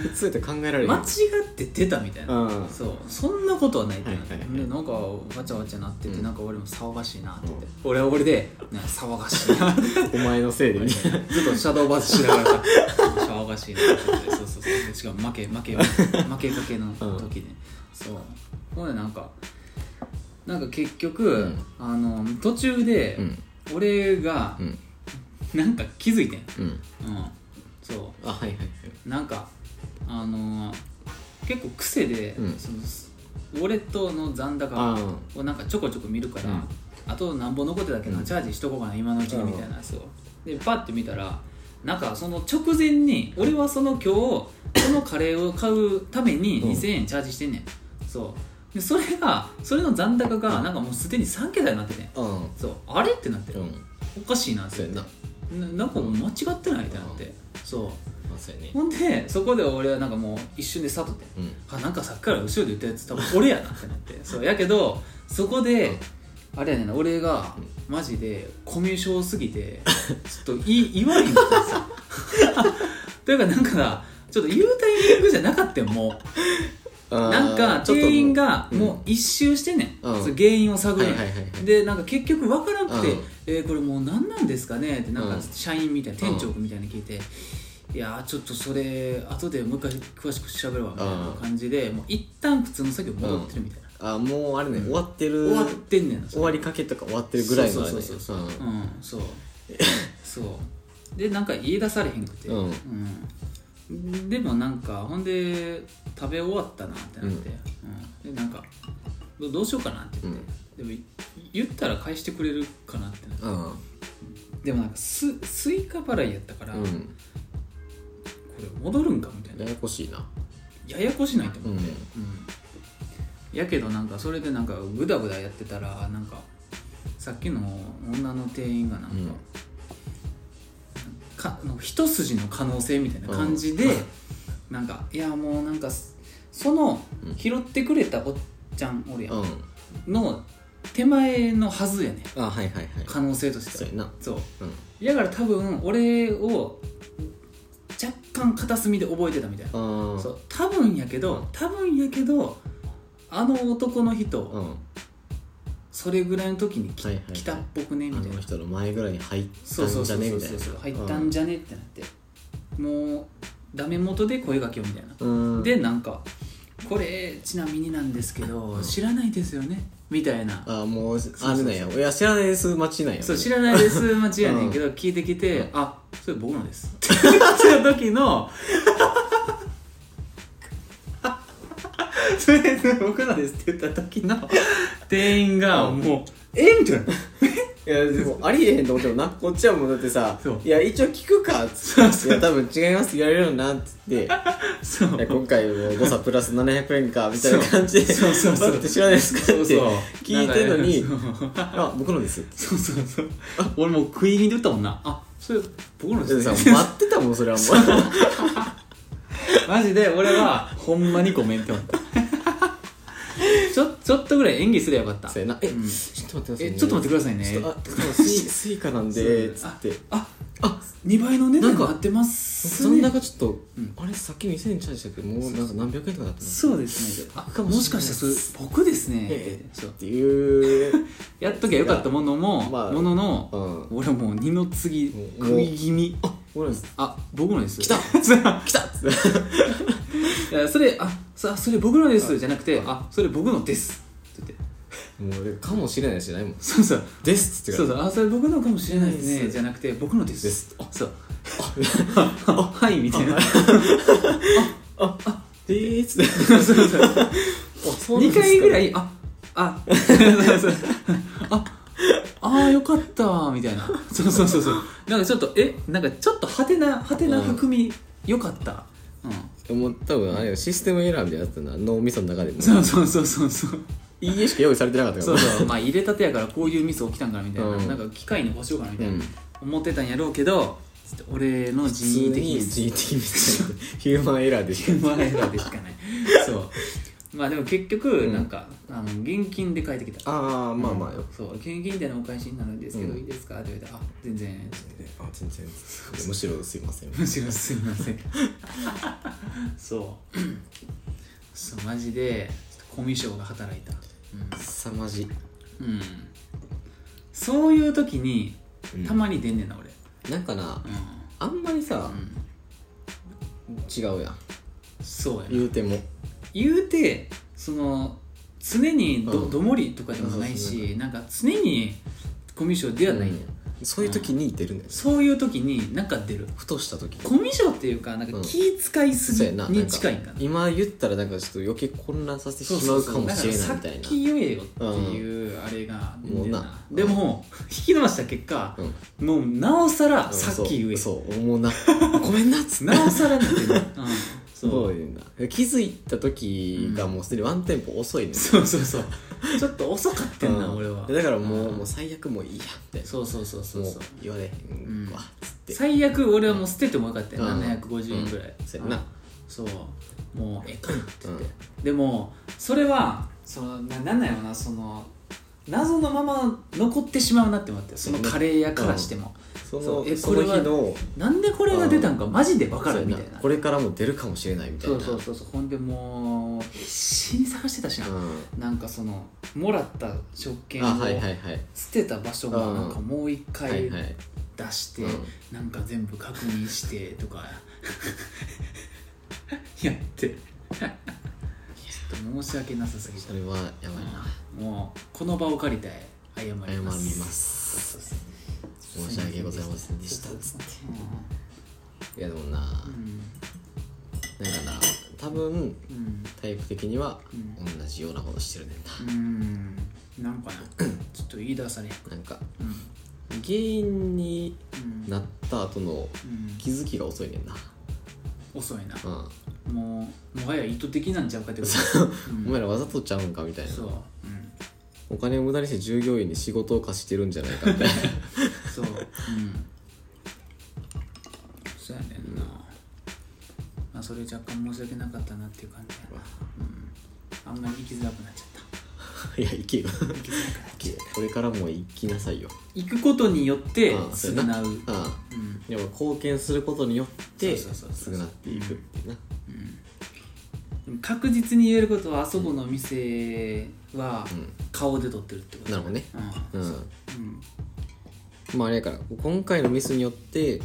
Speaker 1: 普通って考えられへん
Speaker 2: 間違って出たみたいな、
Speaker 1: うん
Speaker 2: そうそんなことはないってなって、
Speaker 1: はいはいはい
Speaker 2: でなんかわちゃわちゃなってて、
Speaker 1: うん
Speaker 2: なんか俺も騒がしいなって言って、
Speaker 1: う
Speaker 2: 俺は俺で、ね、騒がしい なって
Speaker 1: お前のせいでみたいな
Speaker 2: ずっとシャドーバースしながらさ騒がしいなって言ってそうそうそうしかも負け 負け負けかけの時ね、そうほんでなんかなんか結局、
Speaker 1: ん
Speaker 2: あの途中で
Speaker 1: うん
Speaker 2: 俺が
Speaker 1: うん
Speaker 2: なんか気づいてん、
Speaker 1: うん
Speaker 2: うん、そう
Speaker 1: あはいはいはい
Speaker 2: なんかあのー結構癖で、
Speaker 1: うん
Speaker 2: そのウォレットの残
Speaker 1: あ
Speaker 2: 高をなんかちょこちょこ見るから、
Speaker 1: うん
Speaker 2: あとなんぼ残ってたけど、
Speaker 1: うん
Speaker 2: チャージしとこうかな今のうちにみたいなそうでパッて見たらなんかその直前に俺はその今日このカレーを買うために
Speaker 1: うん
Speaker 2: 2000円チャージしてんねんそうでそれがそれの残高がなんかもうすでに3桁になっててん
Speaker 1: あうん
Speaker 2: そうあれってなって
Speaker 1: うん
Speaker 2: おかしいなって
Speaker 1: そうやな
Speaker 2: ななんかもう間違ってないってなってそう
Speaker 1: まあそうやね
Speaker 2: ほんでそこで俺はなんかもう一瞬で悟って
Speaker 1: うん
Speaker 2: あなんかさっきから後ろで言ったやつ多分俺やなってなって そうやけどそこであれやねんな俺がマジでコミュ障すぎてちょっとい言われへんかったんですよ というかなんかちょっと言うタイミングじゃなかったよも
Speaker 1: あ
Speaker 2: う
Speaker 1: ー
Speaker 2: なんか
Speaker 1: ちょっと
Speaker 2: 店員が
Speaker 1: うん
Speaker 2: もう一周してんねん、
Speaker 1: うん
Speaker 2: その原因を探るねん、
Speaker 1: はいはいはいはい
Speaker 2: でなんか結局分からなくて「
Speaker 1: うん
Speaker 2: えーこれもう何なんですかね?」ってなん
Speaker 1: う
Speaker 2: か
Speaker 1: ん
Speaker 2: 社員みたいな
Speaker 1: うん
Speaker 2: 店長みたいに聞いて「いやーちょっとそれ後でもう一回詳しく調べるわ」みたいな感じでもう一旦普通の作業戻ってるみたいな、
Speaker 1: あもうあれね終わってる
Speaker 2: 終わってんねんなそ
Speaker 1: 終
Speaker 2: れ
Speaker 1: わりかけとか終わってるぐらいのあれ
Speaker 2: そう
Speaker 1: ね
Speaker 2: そうそうそううんそうそうでなんか言い出されへんくて
Speaker 1: うん
Speaker 2: うんでもなんかほんで食べ終わったなってなって、うんでなんかどどうしようかなって
Speaker 1: う
Speaker 2: 言って、
Speaker 1: ん
Speaker 2: でもい言ったら返してくれるかなってなって
Speaker 1: うん
Speaker 2: でもなんかススイカ払いやったから、
Speaker 1: う
Speaker 2: こ
Speaker 1: ん
Speaker 2: れ戻るんかみたいな
Speaker 1: ややこしいな
Speaker 2: ややこしないと
Speaker 1: う
Speaker 2: 思
Speaker 1: ん
Speaker 2: って、うんやけどなんかそれでなんかグダグダやってたらなんかさっきの女の店員がなんか,、
Speaker 1: うん
Speaker 2: かの一筋の可能性みたいな感じで、なんかいやもうなんかそその
Speaker 1: うん
Speaker 2: 拾ってくれたおっちゃんおるやん、
Speaker 1: うん
Speaker 2: の手前のはずやね
Speaker 1: あはいはいはい
Speaker 2: 可能性とし
Speaker 1: そう
Speaker 2: て
Speaker 1: や
Speaker 2: は
Speaker 1: な
Speaker 2: そう
Speaker 1: うん
Speaker 2: だから多分俺を若干片隅で覚えてたみたいな、
Speaker 1: あー
Speaker 2: そう多分やけど多分やけどあの男の人、
Speaker 1: うん
Speaker 2: それぐらいの時にき、
Speaker 1: はいはいはい
Speaker 2: 来たっぽくねみ
Speaker 1: あ
Speaker 2: たい
Speaker 1: の
Speaker 2: な
Speaker 1: 人の前ぐらいに入っ
Speaker 2: そう
Speaker 1: た
Speaker 2: そ
Speaker 1: ん
Speaker 2: う
Speaker 1: じ
Speaker 2: そ
Speaker 1: ゃ
Speaker 2: う
Speaker 1: ね
Speaker 2: そ
Speaker 1: み
Speaker 2: う
Speaker 1: たい
Speaker 2: そ
Speaker 1: な
Speaker 2: う入ったんじゃねってなってもうダメ元で声がけをみたいな、
Speaker 1: うん
Speaker 2: でなんかこれちなみになんですけど、知らないですよねみたいな
Speaker 1: あもう
Speaker 2: そう
Speaker 1: あれなんやいや知らないです待ちなんや
Speaker 2: そう知らないです間違いないけど聞いてきて、
Speaker 1: うん
Speaker 2: あそれ僕のですって言った時の それそれ僕のですって言った時の店員がもう、えみたいない
Speaker 1: やでもありえへんと思ってもなこっちはもうだってさ
Speaker 2: そう
Speaker 1: いや一応聞くかっつ
Speaker 2: そう
Speaker 1: っていや多分違いますって言われるよなっつっていや
Speaker 2: そう
Speaker 1: 今回も誤差プラス700円かみたいな感じで
Speaker 2: そうそうそうそう
Speaker 1: だって知らないですかって聞いてるのに
Speaker 2: なんか
Speaker 1: あ僕のですって
Speaker 2: そうそうそう俺もう食い気味で打ったもんなあそれ僕のです
Speaker 1: でさ
Speaker 2: ね
Speaker 1: 待 ってたもんそれはもう
Speaker 2: マジで俺はほんまにごめんって思ったちょちょっとぐらい演技すればよかった
Speaker 1: そうやなえ
Speaker 2: うん
Speaker 1: ちょっと待ってくださいね
Speaker 2: えちょっと待ってくださいね
Speaker 1: ちょっとあスイスイカなんでつって
Speaker 2: あ
Speaker 1: あ
Speaker 2: 2倍の値段
Speaker 1: なん
Speaker 2: に
Speaker 1: か
Speaker 2: なってます
Speaker 1: そん
Speaker 2: ね
Speaker 1: ながちょっと
Speaker 2: うん
Speaker 1: あれさっき2000円チャージしたけどもうなんか何百円とかだったな
Speaker 2: そうですねあ
Speaker 1: かもしれ
Speaker 2: も
Speaker 1: ない
Speaker 2: しかしたらそれ僕ですね、
Speaker 1: ええ
Speaker 2: そう
Speaker 1: っていう
Speaker 2: やっときゃよかったものも、
Speaker 1: まあ
Speaker 2: ものの、
Speaker 1: うん
Speaker 2: 俺もう二の次
Speaker 1: もう
Speaker 2: 食い気味
Speaker 1: 俺です
Speaker 2: あ僕のです
Speaker 1: 来 た
Speaker 2: 来たそれあそそれ僕のですじゃなくてあそれ僕のですって言って
Speaker 1: もう俺かもしれないしないもん
Speaker 2: そうそう
Speaker 1: ですっつって
Speaker 2: そうそうあそれ僕のかもしれないです
Speaker 1: で
Speaker 2: ね
Speaker 1: す
Speaker 2: じゃなくて僕のです
Speaker 1: です
Speaker 2: あそうあはいみたいなあああ
Speaker 1: えーっつって
Speaker 2: そうそうそう
Speaker 1: 二
Speaker 2: 2
Speaker 1: 回
Speaker 2: 回
Speaker 1: ぐ
Speaker 2: ぐ
Speaker 1: ら
Speaker 2: ら
Speaker 1: い
Speaker 2: いああ そうそうああーよかったみたいなそうそうそうそうなんかちょっとえなんかちょっとはてなはてな含み、よかったうん
Speaker 1: もう多分あれよシステムエラーみたいなやつだな脳みその中でも
Speaker 2: そうそうそうそうそう
Speaker 1: いいえしか用意されてなかったか
Speaker 2: そ
Speaker 1: ら
Speaker 2: うそうまあ入れたてやからこういうミス起きたんかなみたいな、
Speaker 1: うん
Speaker 2: なんか機械にこしようかなみたいな、
Speaker 1: うん
Speaker 2: 思ってたんやろうけどちょっと俺の
Speaker 1: 普通
Speaker 2: 人為的
Speaker 1: に
Speaker 2: に
Speaker 1: GT みたいなヒューマンエラーでしか
Speaker 2: マネーでしかないそうまあでも結局なんか、あの現金で返ってきた
Speaker 1: ああまあまあよ、
Speaker 2: そう現金でのお返しになるんですけど、
Speaker 1: うん
Speaker 2: いいですかって言われてあ全然
Speaker 1: あ全然むしろすいません
Speaker 2: むしろすいま せんそうそうマジでコミュ障が働いた
Speaker 1: 凄まじい
Speaker 2: うん、うん、そういう時に
Speaker 1: うん
Speaker 2: たまに出んねんな俺
Speaker 1: なんかな
Speaker 2: う
Speaker 1: あんまりさ
Speaker 2: ん、う、ん、
Speaker 1: 違うやん
Speaker 2: そうやな
Speaker 1: 言うても
Speaker 2: 言うてその常にど,、
Speaker 1: うん
Speaker 2: どもりとかでもない
Speaker 1: そうそう
Speaker 2: しなんか常にコミュ障ではない、んや、
Speaker 1: うんそういう時に出るんだよ
Speaker 2: そういう時になんか出る
Speaker 1: ふとした時に
Speaker 2: コミュ障っていうかなんか気使いす
Speaker 1: そう
Speaker 2: ぎ
Speaker 1: やな
Speaker 2: に近いんかな
Speaker 1: 今言ったらなんかちょっと余計混乱させて
Speaker 2: そう
Speaker 1: し
Speaker 2: そ
Speaker 1: ま
Speaker 2: う
Speaker 1: う
Speaker 2: そ
Speaker 1: か
Speaker 2: う
Speaker 1: もしれないみ
Speaker 2: だ
Speaker 1: た
Speaker 2: か
Speaker 1: い
Speaker 2: ら
Speaker 1: な
Speaker 2: さっき言えよっていうあれが出てる
Speaker 1: もうな
Speaker 2: でも引き伸ばした結果
Speaker 1: うん
Speaker 2: もうなおさら
Speaker 1: うん
Speaker 2: さっき言え
Speaker 1: そうそう思うな ごめんなっつって
Speaker 2: なおさらなって るうん
Speaker 1: そ
Speaker 2: そうう
Speaker 1: いうな気づいた時がもうすでにワンテンポ遅いね
Speaker 2: そうそうそうちょっと遅かったんな
Speaker 1: うん
Speaker 2: 俺は
Speaker 1: だからもう
Speaker 2: うん
Speaker 1: もう最悪もういいやって
Speaker 2: そうそうそうそう
Speaker 1: も
Speaker 2: そう
Speaker 1: う言われへん
Speaker 2: うん
Speaker 1: わっつって
Speaker 2: 最悪俺はもう捨ててもよかったよ、
Speaker 1: うん
Speaker 2: 750円ぐらい、
Speaker 1: そうやな
Speaker 2: そうもうええかって言って、
Speaker 1: う
Speaker 2: でもそれはそのななんなんやろなその謎のまま残ってしまうなって思ってそのカレー屋からしても、
Speaker 1: そ
Speaker 2: そうえ
Speaker 1: のそ
Speaker 2: こ
Speaker 1: の
Speaker 2: れは
Speaker 1: 日の
Speaker 2: なんでこれが出たんかマジで分か
Speaker 1: そう
Speaker 2: る
Speaker 1: や
Speaker 2: み
Speaker 1: な
Speaker 2: たいな
Speaker 1: これからも出るかもしれないみたい
Speaker 2: そう
Speaker 1: な
Speaker 2: そうそうそうほんでもう必死に探してたしな、
Speaker 1: うん
Speaker 2: なんかそのもらった食券を
Speaker 1: あはいはいはい
Speaker 2: 捨てた場所がなんかもう一
Speaker 1: は
Speaker 2: 回
Speaker 1: いはい
Speaker 2: 出して、
Speaker 1: うん
Speaker 2: なんか全部確認してとか やってちょっと申し訳なさすぎ
Speaker 1: そ
Speaker 2: た
Speaker 1: れはやばいな
Speaker 2: もうこの場を借りて謝り
Speaker 1: 謝り
Speaker 2: ます
Speaker 1: ます申し訳ございませんでした
Speaker 2: そうそうそう
Speaker 1: いやでもななんか
Speaker 2: うん
Speaker 1: な多分
Speaker 2: うん
Speaker 1: タイプ的には
Speaker 2: うん
Speaker 1: 同じようなことしてるねんな
Speaker 2: うんなんかなちょっと言い出されへん
Speaker 1: なんか
Speaker 2: うん
Speaker 1: 原因に
Speaker 2: うん
Speaker 1: なった後の
Speaker 2: うん
Speaker 1: 気づきが遅いねんな
Speaker 2: 遅いな
Speaker 1: うん
Speaker 2: もうもはや意図的なんちゃうかってことうん
Speaker 1: お前らわざとちゃうんかみたいな
Speaker 2: そううん
Speaker 1: お金を無駄にして従業員に仕事を貸してるんじゃないかみ たいな
Speaker 2: そううんそうやねんな、まあそれ若干申し訳なかったなっていう感じやな、うん、あんまり行きづらくなっちゃっ
Speaker 1: いや行けよ
Speaker 2: た行きづらくなっちゃった
Speaker 1: これからも行きなさいよ
Speaker 2: 行くことによって
Speaker 1: うんそうや
Speaker 2: 償
Speaker 1: な
Speaker 2: う
Speaker 1: あ
Speaker 2: うん
Speaker 1: あでも貢献することによって
Speaker 2: そうそうそうそう
Speaker 1: 償っていくっていうな
Speaker 2: でも確実に言えることはあそこの店は
Speaker 1: うん
Speaker 2: 顔で撮ってるってこと
Speaker 1: なるほどね
Speaker 2: う
Speaker 1: うんん
Speaker 2: うん
Speaker 1: まああれやから今回のミスによって、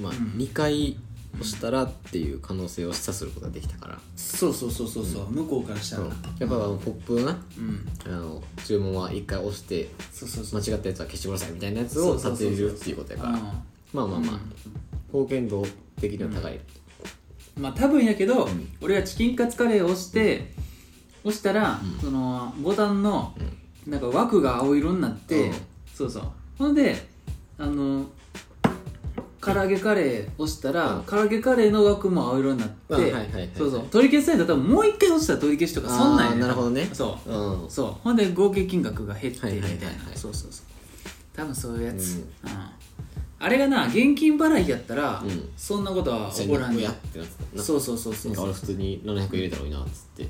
Speaker 1: まあ、
Speaker 2: うん
Speaker 1: 2回押したらっていう可能性を示唆することができたから、
Speaker 2: そうそうそうそうそう、向こうからしたら
Speaker 1: うん
Speaker 2: な
Speaker 1: やっぱあのポップのな
Speaker 2: うん
Speaker 1: あの注文は1回押して
Speaker 2: そうそうそ
Speaker 1: 間
Speaker 2: う
Speaker 1: 違ったやつは消してくださいみたいなやつを立てれるっていうことやから
Speaker 2: うん
Speaker 1: まあまあまあ、貢献度的には高い、
Speaker 2: まあ多分やけど、俺はチキンカツカレーを押して押したら、そのボタンのなんか枠が青色になって、
Speaker 1: うん
Speaker 2: そうそうほんであの唐揚げカレー押したら、唐揚げカレーの枠も青色になって、
Speaker 1: あはいはいはい
Speaker 2: そうそう取り消されたら多分もう一回押したら取り消しとかそんなんや
Speaker 1: あーなるほどね
Speaker 2: そう
Speaker 1: うん、
Speaker 2: うそうほんで合計金額が減ってみたいな、
Speaker 1: はいはいはいはい
Speaker 2: そうそうそう多分そういうやつ、
Speaker 1: うん
Speaker 2: うんあれがな現金払いやったら、
Speaker 1: うん
Speaker 2: そんなことは起こらん
Speaker 1: 1200
Speaker 2: や
Speaker 1: やってなってたな
Speaker 2: そうそうそうそ
Speaker 1: なん
Speaker 2: う
Speaker 1: か俺普通に700入れたのになっつって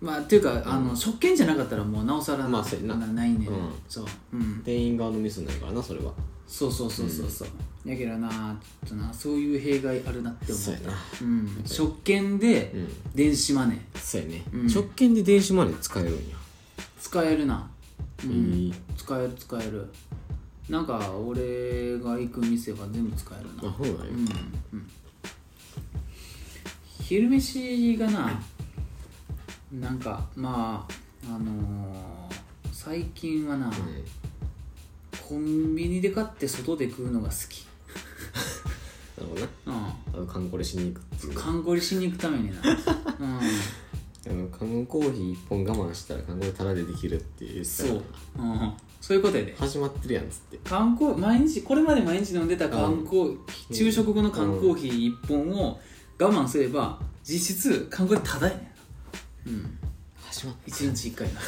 Speaker 2: まあっていうか、あの食券じゃなかったらもうなおさら
Speaker 1: まあそうやな
Speaker 2: ないね、
Speaker 1: うん
Speaker 2: そう、うん、
Speaker 1: 店員側のミスになるからなそれは
Speaker 2: そうそうそうそうそうやけどなちょっとなそういう弊害あるなって思
Speaker 1: そう
Speaker 2: う
Speaker 1: やな
Speaker 2: うん、食券で
Speaker 1: うん
Speaker 2: 電子マネー
Speaker 1: そうやね、
Speaker 2: うん
Speaker 1: 直券で電子マネー使えるんや、
Speaker 2: 使えるな、うん
Speaker 1: いい
Speaker 2: 使える使えるなんか俺が行く店は全部使えるな
Speaker 1: あほうなんや、
Speaker 2: うんうん昼飯がななんかまああのー最近はな、
Speaker 1: うん
Speaker 2: コンビニで買って外で食うのが好き
Speaker 1: なるほどな
Speaker 2: うん
Speaker 1: あのカンコレしに行くっていう
Speaker 2: 観光しに行くためになう
Speaker 1: で
Speaker 2: ん
Speaker 1: もカムコーヒー一本我慢したら缶コーヒータダでできるって言ってた
Speaker 2: そ
Speaker 1: ら
Speaker 2: う、うん、そういうことやで
Speaker 1: 始まってるやんっつって
Speaker 2: 缶コー毎日これまで毎日飲んでた缶コーヒ
Speaker 1: う
Speaker 2: ー
Speaker 1: ん
Speaker 2: 昼食後の缶コーヒー1本を我慢すれば実質缶コーヒーただやねんうん
Speaker 1: 始まっ
Speaker 2: 1日1回な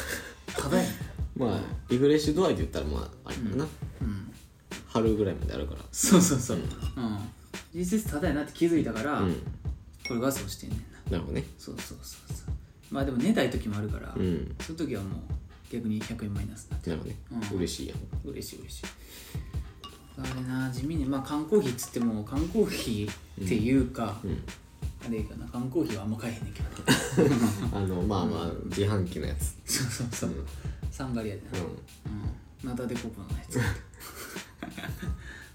Speaker 2: ただやねん
Speaker 1: まあリフレッシュ度合いで言ったらまああれかな、
Speaker 2: ううん
Speaker 1: 春ぐらいまであるから
Speaker 2: そうそうそううんうん実質ただやなって気づいたから、
Speaker 1: うん
Speaker 2: これガスをしてんねん
Speaker 1: な
Speaker 2: な
Speaker 1: るほどね
Speaker 2: そうそうそうそうまあでも寝たい時もあるから、
Speaker 1: うん
Speaker 2: その時はもう逆に100円マイナスだって
Speaker 1: なるほどね、
Speaker 2: うん
Speaker 1: 嬉しいやん
Speaker 2: 嬉しい嬉しいあれな地味にまあ缶コーヒーっつっても缶コーヒーっていうか、
Speaker 1: うん
Speaker 2: あれかな缶コーヒーはあんま買えへんねん けど
Speaker 1: あのまあまあ自販機のやつ
Speaker 2: そうそうそう、
Speaker 1: うん
Speaker 2: サンガリアでな、
Speaker 1: う
Speaker 2: うん、ナタデココのやつ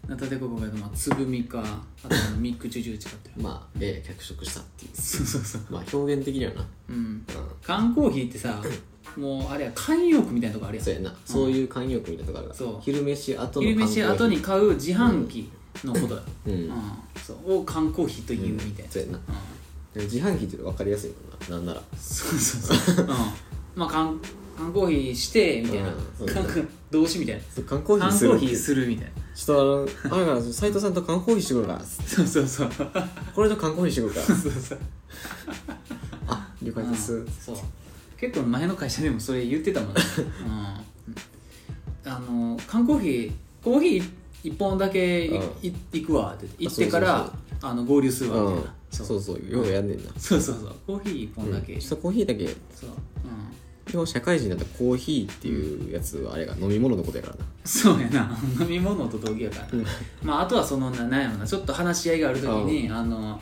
Speaker 2: ナタデココがまあつぶみかあとあのミックジュジュ使ってる
Speaker 1: んまあやや脚色したってい
Speaker 2: そうそうそう
Speaker 1: うまあ表現的にはな
Speaker 2: うん
Speaker 1: う
Speaker 2: 缶コーヒーってさもうあれや慣用句みたいなとこあ
Speaker 1: ん
Speaker 2: るやん
Speaker 1: そうやなそういう慣用句みたいなとこあるから
Speaker 2: そう
Speaker 1: 昼飯後の
Speaker 2: 昼
Speaker 1: 缶コーヒー
Speaker 2: 飯後に買う自販機のことだ、
Speaker 1: うん
Speaker 2: うんそうを缶コーヒーというみたいな、
Speaker 1: そうやな
Speaker 2: うん
Speaker 1: でも自販機って分かりやすいもんななんなら
Speaker 2: そうそうそう、うん、まあ缶缶コーヒーしてみたいな、
Speaker 1: うんそう
Speaker 2: 缶 動詞みたいな
Speaker 1: そう缶コーヒー
Speaker 2: 缶
Speaker 1: す
Speaker 2: コ
Speaker 1: る
Speaker 2: ーヒーするみたいな
Speaker 1: ちょっとあのあれから斎藤さんと缶コーヒーしてくるから
Speaker 2: そうそうそう
Speaker 1: これと缶コーヒーしてくるから
Speaker 2: そうそう
Speaker 1: あ了解です、
Speaker 2: うんそう結構前の会社でもそれ言ってたもんね、 うん、あの缶コーヒーコーヒー一本だけい
Speaker 1: うん
Speaker 2: い行くわって言って行ってから
Speaker 1: そうそう
Speaker 2: あの合流するわみ
Speaker 1: う
Speaker 2: たい
Speaker 1: ん
Speaker 2: な、
Speaker 1: そう
Speaker 2: そ
Speaker 1: そううようやんねんな、
Speaker 2: そうそうそうコーヒー一本だけ、
Speaker 1: うん、
Speaker 2: そう
Speaker 1: そうコーヒーだけ
Speaker 2: うん
Speaker 1: 今日社会人だったらコーヒーっていうやつはあれが飲み物のことやからな
Speaker 2: そうやな 飲み物と同義やから、
Speaker 1: うん
Speaker 2: まああとはそのななんやろなちょっと話し合いがある時にあの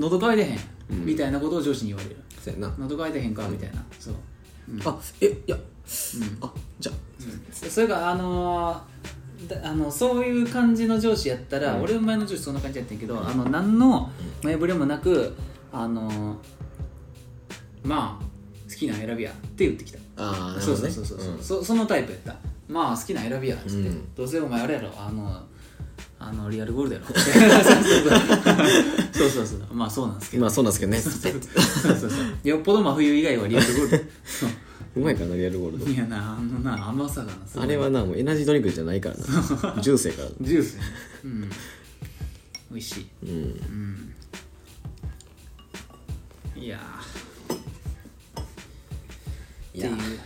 Speaker 2: 喉乾いてへん、
Speaker 1: うん
Speaker 2: みたいなことを上司に言われる
Speaker 1: そうやな、
Speaker 2: 喉乾いてへんかみたいなそう、うん
Speaker 1: あえいや
Speaker 2: うん
Speaker 1: あじゃあ
Speaker 2: うんそれがあのーだあのそういう感じの上司やったら、
Speaker 1: うん
Speaker 2: 俺の前の上司そんな感じやったんやけどあの何の前触れもなくあのーまあ好きなの選びやって言ってきた
Speaker 1: ああ
Speaker 2: そうそうそうそう、そそのタイプやったまあ好きなん選びやっつって、
Speaker 1: うん
Speaker 2: どうせお前あれやろあのあのリアルゴールドや ろそうそうそうそうそうまあそうなん ですけど、
Speaker 1: まあそうなんですけどね
Speaker 2: そうそうそうよっぽど真冬以外はリアルゴールドそう
Speaker 1: うまいからなリアルゴールド
Speaker 2: いやなあのな甘さがなすごい
Speaker 1: あれはなもうエナジードリンクじゃないからな ジュースやからな
Speaker 2: ジュースやねうん美味しい
Speaker 1: うん
Speaker 2: うんいやー
Speaker 1: いや
Speaker 2: っていう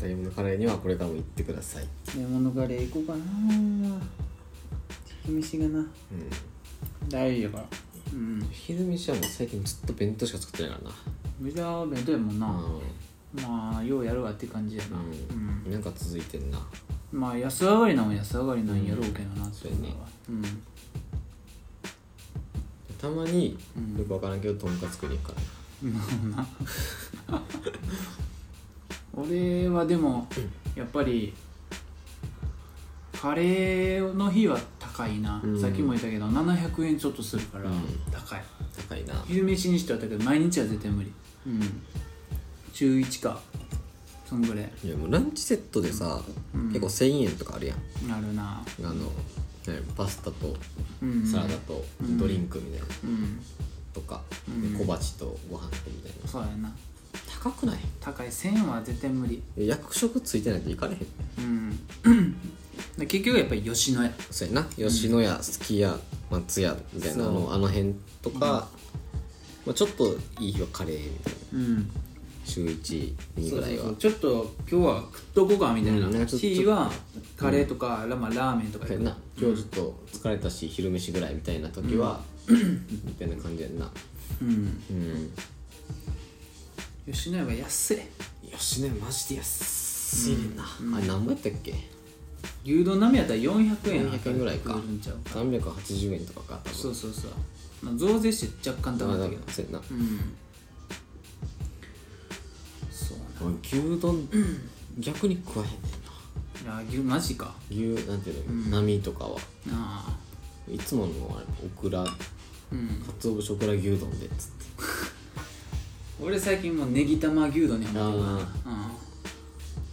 Speaker 1: ダイヤモンドカレーにはこれからも行ってください
Speaker 2: レモンのカレー行こうかな昼飯がな
Speaker 1: うん
Speaker 2: 大丈夫からうん
Speaker 1: 昼飯はもう最近ずっと弁当しか作ってないか
Speaker 2: 無駄は弁当やもんな
Speaker 1: らな
Speaker 2: まあようやるわって感じや
Speaker 1: う
Speaker 2: な、
Speaker 1: ん、うん、なんか続いてんな
Speaker 2: まあ安上がりなんは安上がりなんやろうけどな、それはうん
Speaker 1: たまに
Speaker 2: うん
Speaker 1: よくわからんけどとんかつ食いに行くからな
Speaker 2: まあな俺はでもやっぱりカレーの日は高いな、
Speaker 1: うん
Speaker 2: さっきも言ったけど700円ちょっとするから
Speaker 1: うん
Speaker 2: 高い、
Speaker 1: 高いな
Speaker 2: 昼飯にしてはだけど毎日は絶対無理うん中1かそんぐらい
Speaker 1: いやもうランチセットでさ、
Speaker 2: うん
Speaker 1: 結構1000円とかあるやん
Speaker 2: なるな
Speaker 1: あのねパスタと
Speaker 2: うん
Speaker 1: サラダと
Speaker 2: うん
Speaker 1: ドリンクみたいな、
Speaker 2: うん
Speaker 1: とか、
Speaker 2: うん
Speaker 1: で小鉢とご飯とみたいな
Speaker 2: そうやな
Speaker 1: 高くない
Speaker 2: 高い1000円は絶対無理
Speaker 1: いや役職ついてないと行かれへん
Speaker 2: うん で結局やっぱり吉野家
Speaker 1: そうやな吉野家すき家松屋みたいなあ
Speaker 2: そう
Speaker 1: のあの辺とか、まあ、ちょっといい日はカレーみたいな
Speaker 2: うん
Speaker 1: 週12ぐ
Speaker 2: そう
Speaker 1: ら
Speaker 2: そう
Speaker 1: いは
Speaker 2: そうちょっと今日は食っとこうかみたいな
Speaker 1: うんなんかちょっと
Speaker 2: 日はカレーとか、ラまあラーメンとか
Speaker 1: そうやんな今日ちょっと疲れたし昼飯ぐらいみたいな時は、みたいな感じやんな
Speaker 2: うん
Speaker 1: うん
Speaker 2: 吉野家は安い
Speaker 1: 吉野家マジで安いねんな、あれ何もやったっけ
Speaker 2: 牛丼並やったら400円
Speaker 1: 400円ぐらいか
Speaker 2: 食えるんちゃうか
Speaker 1: 380円とかか多分
Speaker 2: そうそうそう、まあ、増税して若干
Speaker 1: だ
Speaker 2: 高
Speaker 1: か
Speaker 2: かっ
Speaker 1: ら
Speaker 2: たけど
Speaker 1: そうやんな
Speaker 2: うんそう
Speaker 1: 俺牛丼逆に食わへんねんな
Speaker 2: なラー牛マジか
Speaker 1: 牛なんていうの、波とかは
Speaker 2: なあ
Speaker 1: いつものあれオクラか
Speaker 2: うん
Speaker 1: つお節オクラ牛丼でっつって
Speaker 2: 俺最近もうネギ玉牛丼にハマってる
Speaker 1: あ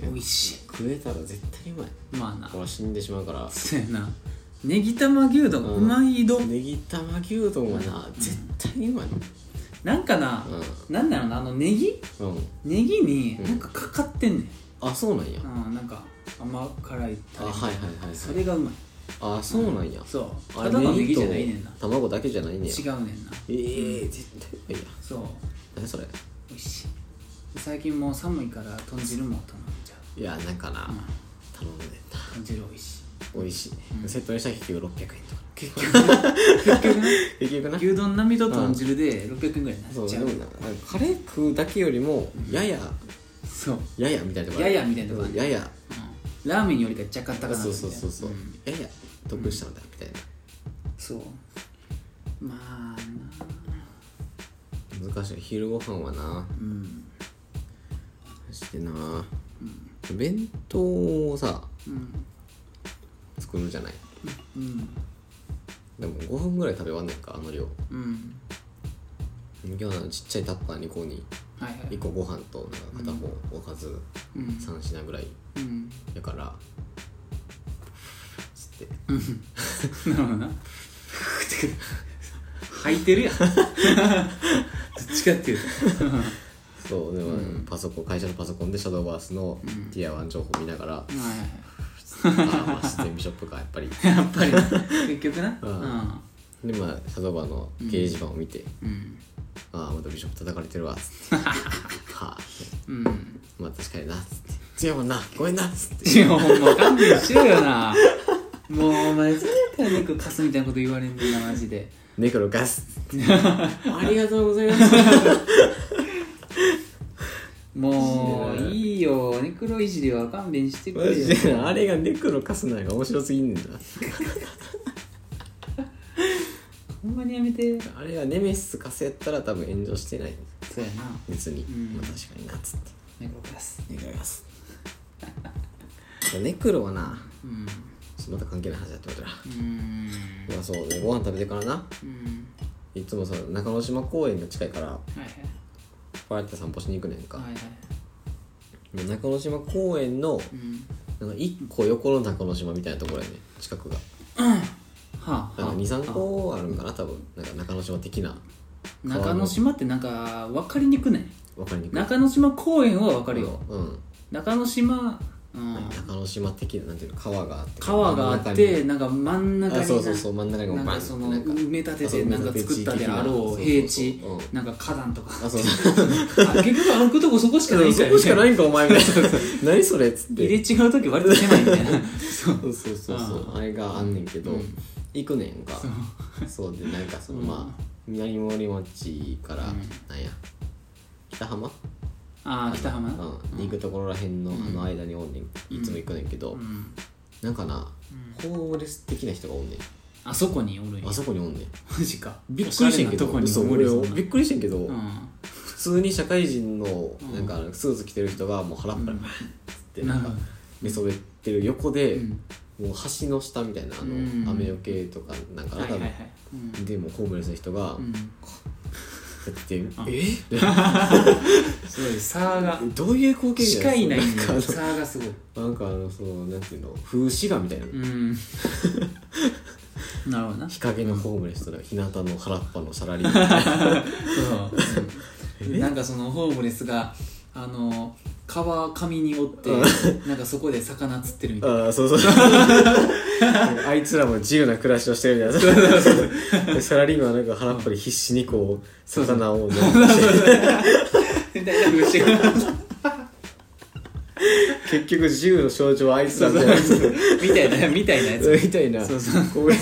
Speaker 2: なうん美味しい
Speaker 1: 食えたら絶対うまい
Speaker 2: まあな
Speaker 1: 俺は死んでしまうから
Speaker 2: そうやなネギ玉牛丼がうまいど、
Speaker 1: ネギ玉牛丼はな絶対うまい
Speaker 2: なんかな、なんだろうなあのネギ
Speaker 1: うん、うん、
Speaker 2: ネギになんかかかってんねん、
Speaker 1: あそうなんや
Speaker 2: うんなんか甘辛い
Speaker 1: あ
Speaker 2: タレ
Speaker 1: はいはいはいはい
Speaker 2: それがうまい
Speaker 1: あそうなんや、
Speaker 2: そう
Speaker 1: あ
Speaker 2: た
Speaker 1: れ
Speaker 2: だのネギじゃないねんな
Speaker 1: ネギと卵だけじゃないねや
Speaker 2: 違うねんな
Speaker 1: ええ絶対うまいや
Speaker 2: そう
Speaker 1: 何それ
Speaker 2: 美味しい最近もう寒いから豚汁も頼んじゃ
Speaker 1: いやなんかな、
Speaker 2: う、うん、
Speaker 1: 頼んでんな
Speaker 2: 豚汁美味しい
Speaker 1: 美味しい、
Speaker 2: うん
Speaker 1: セットにしたら結局600円とか
Speaker 2: 結局ね結局ね
Speaker 1: 結局な
Speaker 2: 牛丼並みと豚汁で600円ぐらいに
Speaker 1: そ
Speaker 2: なっ
Speaker 1: う
Speaker 2: ち
Speaker 1: で
Speaker 2: ゃう
Speaker 1: もななんかカレー食うだけよりもやや、
Speaker 2: そう、
Speaker 1: ややみたいなとこある
Speaker 2: ややみたいなとこある
Speaker 1: うんやや
Speaker 2: うんラーメンよりか若干高くなるみたい
Speaker 1: そ
Speaker 2: な
Speaker 1: うそうそうそう、
Speaker 2: ん
Speaker 1: やや得したんだみたいな、
Speaker 2: そうまあな
Speaker 1: 難しい昼ご飯はな
Speaker 2: うん
Speaker 1: そしてな、弁当をさ
Speaker 2: うん
Speaker 1: 作るじゃない
Speaker 2: うん
Speaker 1: でも5分ぐらい食べ終わんねんかあの量
Speaker 2: うん
Speaker 1: 今日はちっちゃいタッパー2個に
Speaker 2: はいはい
Speaker 1: 1個ご飯となんか片方おかず
Speaker 2: うん
Speaker 1: 3品ぐらい
Speaker 2: うん
Speaker 1: やからつって
Speaker 2: なるほど な吐いてるやん どっちかっていうと
Speaker 1: そうでも、パソコン会社のパソコンでシャドーバースのティア1情報見な がら、あ
Speaker 2: はいはい
Speaker 1: あまあ自然ビショップかやっぱり
Speaker 2: やっぱりな結局な
Speaker 1: うんでまあシャドーバーの掲示板を見て、
Speaker 2: うんうん
Speaker 1: ああまたビショップ叩かれてるわっつって はあ
Speaker 2: うん
Speaker 1: まあ確かになっつって違うもんなごめんなっつって
Speaker 2: いやほんま勘弁しろよなもうお前絶対肉貸すみたいなこと言われんねんなマジで
Speaker 1: ネクロガスっ つってありがとうございます
Speaker 2: もういいよネクロいじりは勘弁してく
Speaker 1: マ
Speaker 2: れ
Speaker 1: ジで
Speaker 2: よ
Speaker 1: あれがネクロカスなんか面白すぎんねんな
Speaker 2: ほんまにやめて
Speaker 1: あれがネメシスカスやったら多分炎上してない
Speaker 2: そうやな
Speaker 1: 別に、
Speaker 2: うん
Speaker 1: まあ確かになっつって
Speaker 2: ネクロ貸す
Speaker 1: ネクロガスネクロはな
Speaker 2: うん
Speaker 1: ちょっとまた関係ない話だってことだ
Speaker 2: うん
Speaker 1: まあそうねご飯食べてからな
Speaker 2: うん
Speaker 1: いつもその中之島公園が近いから
Speaker 2: はいは
Speaker 1: パーって散歩しに行くねんか、
Speaker 2: いはいはい
Speaker 1: で中之島公園の
Speaker 2: うん
Speaker 1: なんか1個横の中之島みたいなところやね近くが
Speaker 2: はあ、はあ、
Speaker 1: 23個あるんかな多分なんか中之島的な
Speaker 2: 中之島ってなんか分かりにくない
Speaker 1: 分かりにくい
Speaker 2: 中之島公園は分かるよ
Speaker 1: うん
Speaker 2: 中之島、うん、
Speaker 1: 中之島的ななんていうの川があって
Speaker 2: 川があ
Speaker 1: 真ん
Speaker 2: っ
Speaker 1: 中
Speaker 2: て
Speaker 1: に
Speaker 2: なんか真ん中に
Speaker 1: あ
Speaker 2: な
Speaker 1: そうそうそう真ん中にも
Speaker 2: なん
Speaker 1: バン
Speaker 2: か
Speaker 1: って
Speaker 2: その
Speaker 1: なんか
Speaker 2: 埋め立てて
Speaker 1: あそう
Speaker 2: なんか
Speaker 1: 埋め立て
Speaker 2: 作ったで
Speaker 1: 地
Speaker 2: あ
Speaker 1: 域
Speaker 2: ろ
Speaker 1: 的
Speaker 2: う
Speaker 1: な
Speaker 2: 平地
Speaker 1: そうそうそううん
Speaker 2: なんか花壇とか
Speaker 1: あそうそう
Speaker 2: あ結局歩くとこそこしかないん
Speaker 1: そ
Speaker 2: だ
Speaker 1: こ
Speaker 2: よ
Speaker 1: しかないんかお前みたいな何それっつって
Speaker 2: 入れ違う時割と狭いみたいな そう
Speaker 1: そうそうそうそうあれがあんねんけど、
Speaker 2: うん
Speaker 1: 行くねんかそうでなんかその、
Speaker 2: うん
Speaker 1: まあ南森町から、
Speaker 2: うん
Speaker 1: なんや北浜
Speaker 2: ああ北浜
Speaker 1: うんに行くところらへんの,、あの間におんねんいつも行くねんけど、
Speaker 2: うん
Speaker 1: なんかな、ホーレス的な人がおんねん
Speaker 2: あそこにおるんや
Speaker 1: あそこにおんねん
Speaker 2: マジか
Speaker 1: びっくりしてんけど
Speaker 2: おゃれなと
Speaker 1: 嘘
Speaker 2: こにお
Speaker 1: 俺
Speaker 2: る
Speaker 1: を
Speaker 2: よそんな
Speaker 1: びっくりしてんけど、
Speaker 2: う
Speaker 1: 普通に社会人の
Speaker 2: ん
Speaker 1: なんかスーツ着てる人がもう腹っぱら
Speaker 2: うん
Speaker 1: バーンっつって
Speaker 2: ん
Speaker 1: な
Speaker 2: なんん
Speaker 1: か
Speaker 2: か
Speaker 1: 寝そべってる横で、
Speaker 2: うん
Speaker 1: もう橋の下みたいなあの、
Speaker 2: うん
Speaker 1: 雨よけとかなんかな
Speaker 2: はい
Speaker 1: 多
Speaker 2: はい
Speaker 1: 分、
Speaker 2: はいうん
Speaker 1: でもうホームレスの人が、
Speaker 2: うん
Speaker 1: やって
Speaker 2: あ
Speaker 1: え
Speaker 2: すごい差が
Speaker 1: どういう光景
Speaker 2: 視界ないん
Speaker 1: なんか
Speaker 2: だよ差がすごい
Speaker 1: あのなんかあのそのなんていうの風刺画みたいな、
Speaker 2: うん なるほどな
Speaker 1: 日陰のホームレスとか日向の原っぱのサラリー マンみたいな
Speaker 2: そうなんかそのホームレスがあの川上におってなんかそこで魚釣ってるみたいな
Speaker 1: ああそうそう あいつらも自由な暮らしをしてるみたいなでサラリーマンはなんか原っぱで必死にこう魚をね
Speaker 2: みたいな風刺が
Speaker 1: 結局自由の象徴はあいつらみたいな
Speaker 2: みたいなみたいなやつ
Speaker 1: みたいな
Speaker 2: そうそう
Speaker 1: こういう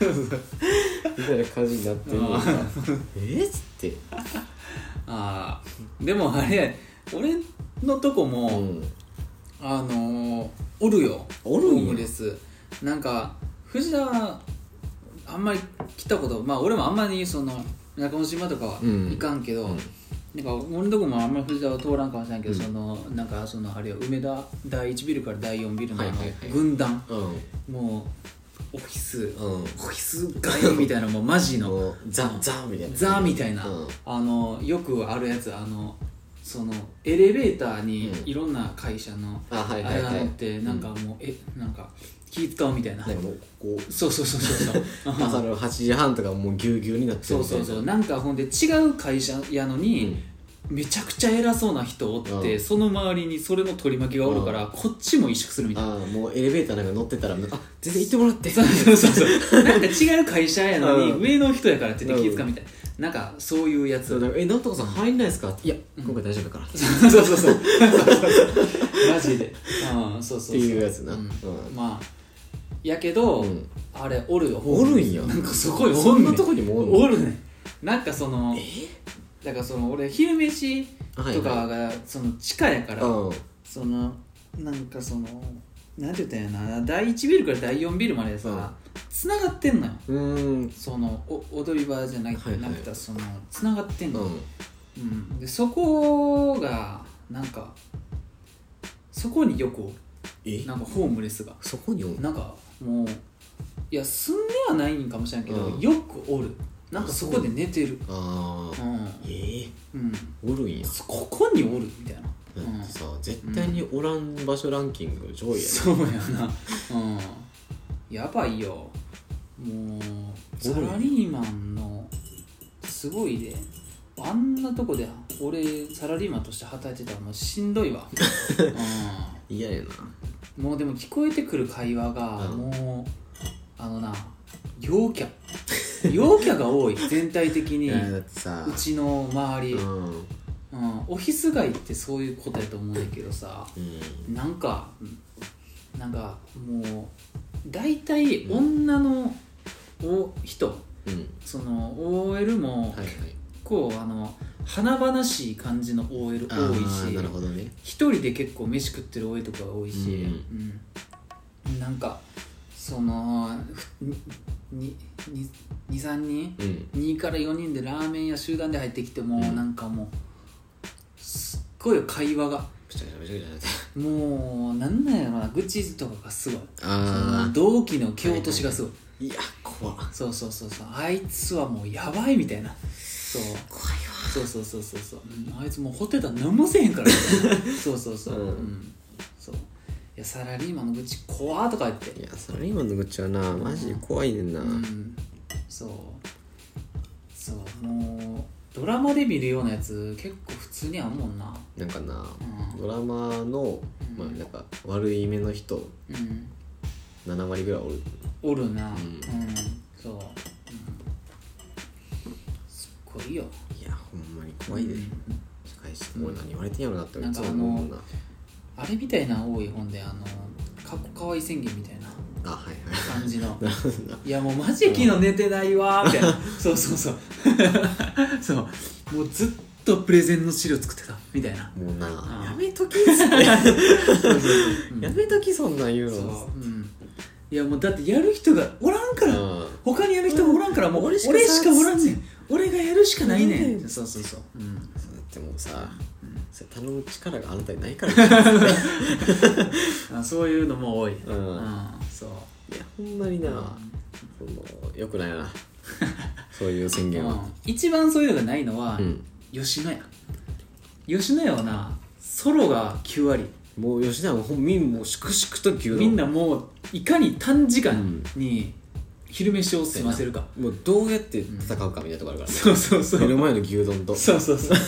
Speaker 1: みたいな感じになってるのが
Speaker 2: あ
Speaker 1: えっつって
Speaker 2: あーでもあれ俺のとこも、
Speaker 1: うん
Speaker 2: あのー、おるよ
Speaker 1: おるんや
Speaker 2: ホームレスなんか藤田はあんまり来たことまあ俺もあんまりその中之島とかは
Speaker 1: うん
Speaker 2: 行かんけど、
Speaker 1: うん
Speaker 2: なんか俺のとこもあんまり藤田は通らんかもしれんけど、
Speaker 1: うん
Speaker 2: そのなんかそのあれよ梅田第1ビルから第4ビルのあの
Speaker 1: はいはいはい
Speaker 2: 軍団、
Speaker 1: うん
Speaker 2: もうオフィス、オ
Speaker 1: うん
Speaker 2: フィス街みたいな もうマジの
Speaker 1: ザザみたいな
Speaker 2: ザみたいな、
Speaker 1: うん
Speaker 2: あのよくあるやつあのそのエレベーターに
Speaker 1: うん
Speaker 2: いろんな会社の
Speaker 1: あは
Speaker 2: あ
Speaker 1: いは
Speaker 2: れ
Speaker 1: い
Speaker 2: が
Speaker 1: は
Speaker 2: 乗っ
Speaker 1: い
Speaker 2: てなんかもうえなんか気使うみたいな
Speaker 1: でもこう
Speaker 2: そうそうそうそう
Speaker 1: 朝
Speaker 2: そう
Speaker 1: の8時半とかもうぎゅうぎゅうになって
Speaker 2: そ
Speaker 1: る
Speaker 2: う
Speaker 1: みたい
Speaker 2: そ
Speaker 1: な
Speaker 2: うそうなんかほんで違う会社やの
Speaker 1: う
Speaker 2: に
Speaker 1: ん、
Speaker 2: めちゃくちゃ偉そうな人おって
Speaker 1: うん
Speaker 2: その周りにそれの取り巻きがおるからこっちも萎縮するみたいな
Speaker 1: ああもうエレベーターなんか乗ってたらあ全然行ってもらって
Speaker 2: そうそうそう そうなんか違う会社やのに
Speaker 1: うん
Speaker 2: 上の人やからって言って気づかみたいななんかそういうやつ
Speaker 1: そうだからえなんとかさん入んないですかいや今回大丈夫だからっ
Speaker 2: そうそうそうそうマジでうんそ
Speaker 1: て
Speaker 2: うそうそう
Speaker 1: いうやつな
Speaker 2: う
Speaker 1: うんん
Speaker 2: まあやけど、
Speaker 1: うん
Speaker 2: あれおるよ
Speaker 1: おるんや
Speaker 2: なんかすごい
Speaker 1: そんなと
Speaker 2: こ
Speaker 1: こにもおんの
Speaker 2: おるねなんかそのだからその俺昼飯
Speaker 1: はい
Speaker 2: とか
Speaker 1: は
Speaker 2: がその地下やか
Speaker 1: い
Speaker 2: ら、そのなんかそのなんて言ったんやな第1ビルから第4ビルまでさつながってんのよ
Speaker 1: うんうーん
Speaker 2: そのお踊り場じゃなくて、
Speaker 1: はいはい
Speaker 2: なくてそのつながってん
Speaker 1: う
Speaker 2: の、
Speaker 1: ん
Speaker 2: うんでそこがなんかそこによく
Speaker 1: え
Speaker 2: なんかホームレスが
Speaker 1: そこにおんの
Speaker 2: なんかもういや住んではないんかもしれんけど、
Speaker 1: うん
Speaker 2: よくおるなんかそこで寝てる
Speaker 1: あ
Speaker 2: う
Speaker 1: あ
Speaker 2: ん、
Speaker 1: ええ
Speaker 2: うん、
Speaker 1: おるんや
Speaker 2: そここにおるみたいな、う
Speaker 1: だって
Speaker 2: ん、
Speaker 1: さ絶対におらん場所ランキング上位や
Speaker 2: そうやなうんやばいよもう
Speaker 1: お
Speaker 2: サ
Speaker 1: る
Speaker 2: ラリーマンのすごいであんなとこで俺サラリーマンとして働いてたらもうしんどい わ、
Speaker 1: 嫌やな
Speaker 2: うん、もうでも聞こえてくる会話が
Speaker 1: うん
Speaker 2: もうあのな 陽キャ陽キャが多い全体的
Speaker 1: い
Speaker 2: に
Speaker 1: やだ
Speaker 2: う
Speaker 1: ってさ
Speaker 2: ちの周り、
Speaker 1: う
Speaker 2: うん
Speaker 1: んうん
Speaker 2: オフィス街ってそういうことやと思うんだけどさなんかなんかもう大体女のお人
Speaker 1: うん
Speaker 2: その OL も
Speaker 1: はいはい
Speaker 2: 結構あの華々しい感じの OL
Speaker 1: あ
Speaker 2: 多い
Speaker 1: ー
Speaker 2: し
Speaker 1: なるほどね
Speaker 2: 一人で結構飯食ってる OL とかが多いし、うんなんかその23人
Speaker 1: うん
Speaker 2: 2から4人でラーメン屋集団で入ってきても、
Speaker 1: うん
Speaker 2: なんかもうすっごい会話が
Speaker 1: ぐちゃぐちゃぐちゃぐちゃぐちゃ
Speaker 2: もうなんなんやろな愚痴とかがすごいその
Speaker 1: あ
Speaker 2: 同期の蹴落としがすごい、
Speaker 1: あいや怖っ
Speaker 2: そうそうそうそうあいつはもうやばいみたいなそう
Speaker 1: 怖いわ
Speaker 2: そうそうそうそうそう、うんあいつもうホテルは何もせえへんからみたいな そうそうそう、う
Speaker 1: うんん
Speaker 2: そういやサラリーマンの愚痴怖ーとか言って
Speaker 1: いやサラリーマンの愚痴はなマジで怖いねんな、
Speaker 2: うんそうそうもうドラマで見るようなやつ結構普通にあんもんな
Speaker 1: なんかな
Speaker 2: う
Speaker 1: ドラマの、
Speaker 2: ん
Speaker 1: まあ、なんか悪い目の人
Speaker 2: ん、うん、
Speaker 1: 7割ぐらいおる
Speaker 2: おるなうん、
Speaker 1: ん
Speaker 2: そう、うん、すっごいよ
Speaker 1: いやほんまに怖いで、
Speaker 2: うん
Speaker 1: 社会人もう何言われてんやろなって俺いつも
Speaker 2: な
Speaker 1: 思
Speaker 2: んかあ
Speaker 1: う
Speaker 2: の
Speaker 1: もんな
Speaker 2: あれみたいな多い本であのかっこかわいい宣言みたいな
Speaker 1: あはいはい
Speaker 2: 感じ の
Speaker 1: なるほどない
Speaker 2: やもうマジで昨日寝てないわーみたいなそうそうそう そうもうずっとプレゼンの資料作ってたみたいな
Speaker 1: もう
Speaker 2: あ
Speaker 1: な
Speaker 2: ー
Speaker 1: やめときっつって
Speaker 2: うん
Speaker 1: やめときそんなん言う
Speaker 2: そう
Speaker 1: の
Speaker 2: うんいやもうだってやる人がおらんから
Speaker 1: あ
Speaker 2: 他にやる人もおらんからもう俺
Speaker 1: 俺
Speaker 2: し
Speaker 1: し
Speaker 2: か
Speaker 1: か
Speaker 2: おらんねん俺がやるしかないねん
Speaker 1: うん
Speaker 2: そうそうそう、うん、
Speaker 1: だってもうさ、それ頼む力があなたにないから
Speaker 2: あそういうのも多い、
Speaker 1: うん
Speaker 2: うん、そう
Speaker 1: いやほんまにな、そのよくない なそういう宣言は、
Speaker 2: うん一番そういうのがないのは、
Speaker 1: うん
Speaker 2: 吉野家吉野家はなソロが9割
Speaker 1: もう吉田はほんみんもう粛々と牛丼
Speaker 2: みんなもういかに短時間
Speaker 1: ん
Speaker 2: に昼飯を済ませるか、
Speaker 1: もうどうやって戦うかみたいなところある からね、
Speaker 2: そうそうそう
Speaker 1: 目の前の牛丼と
Speaker 2: そうそう そう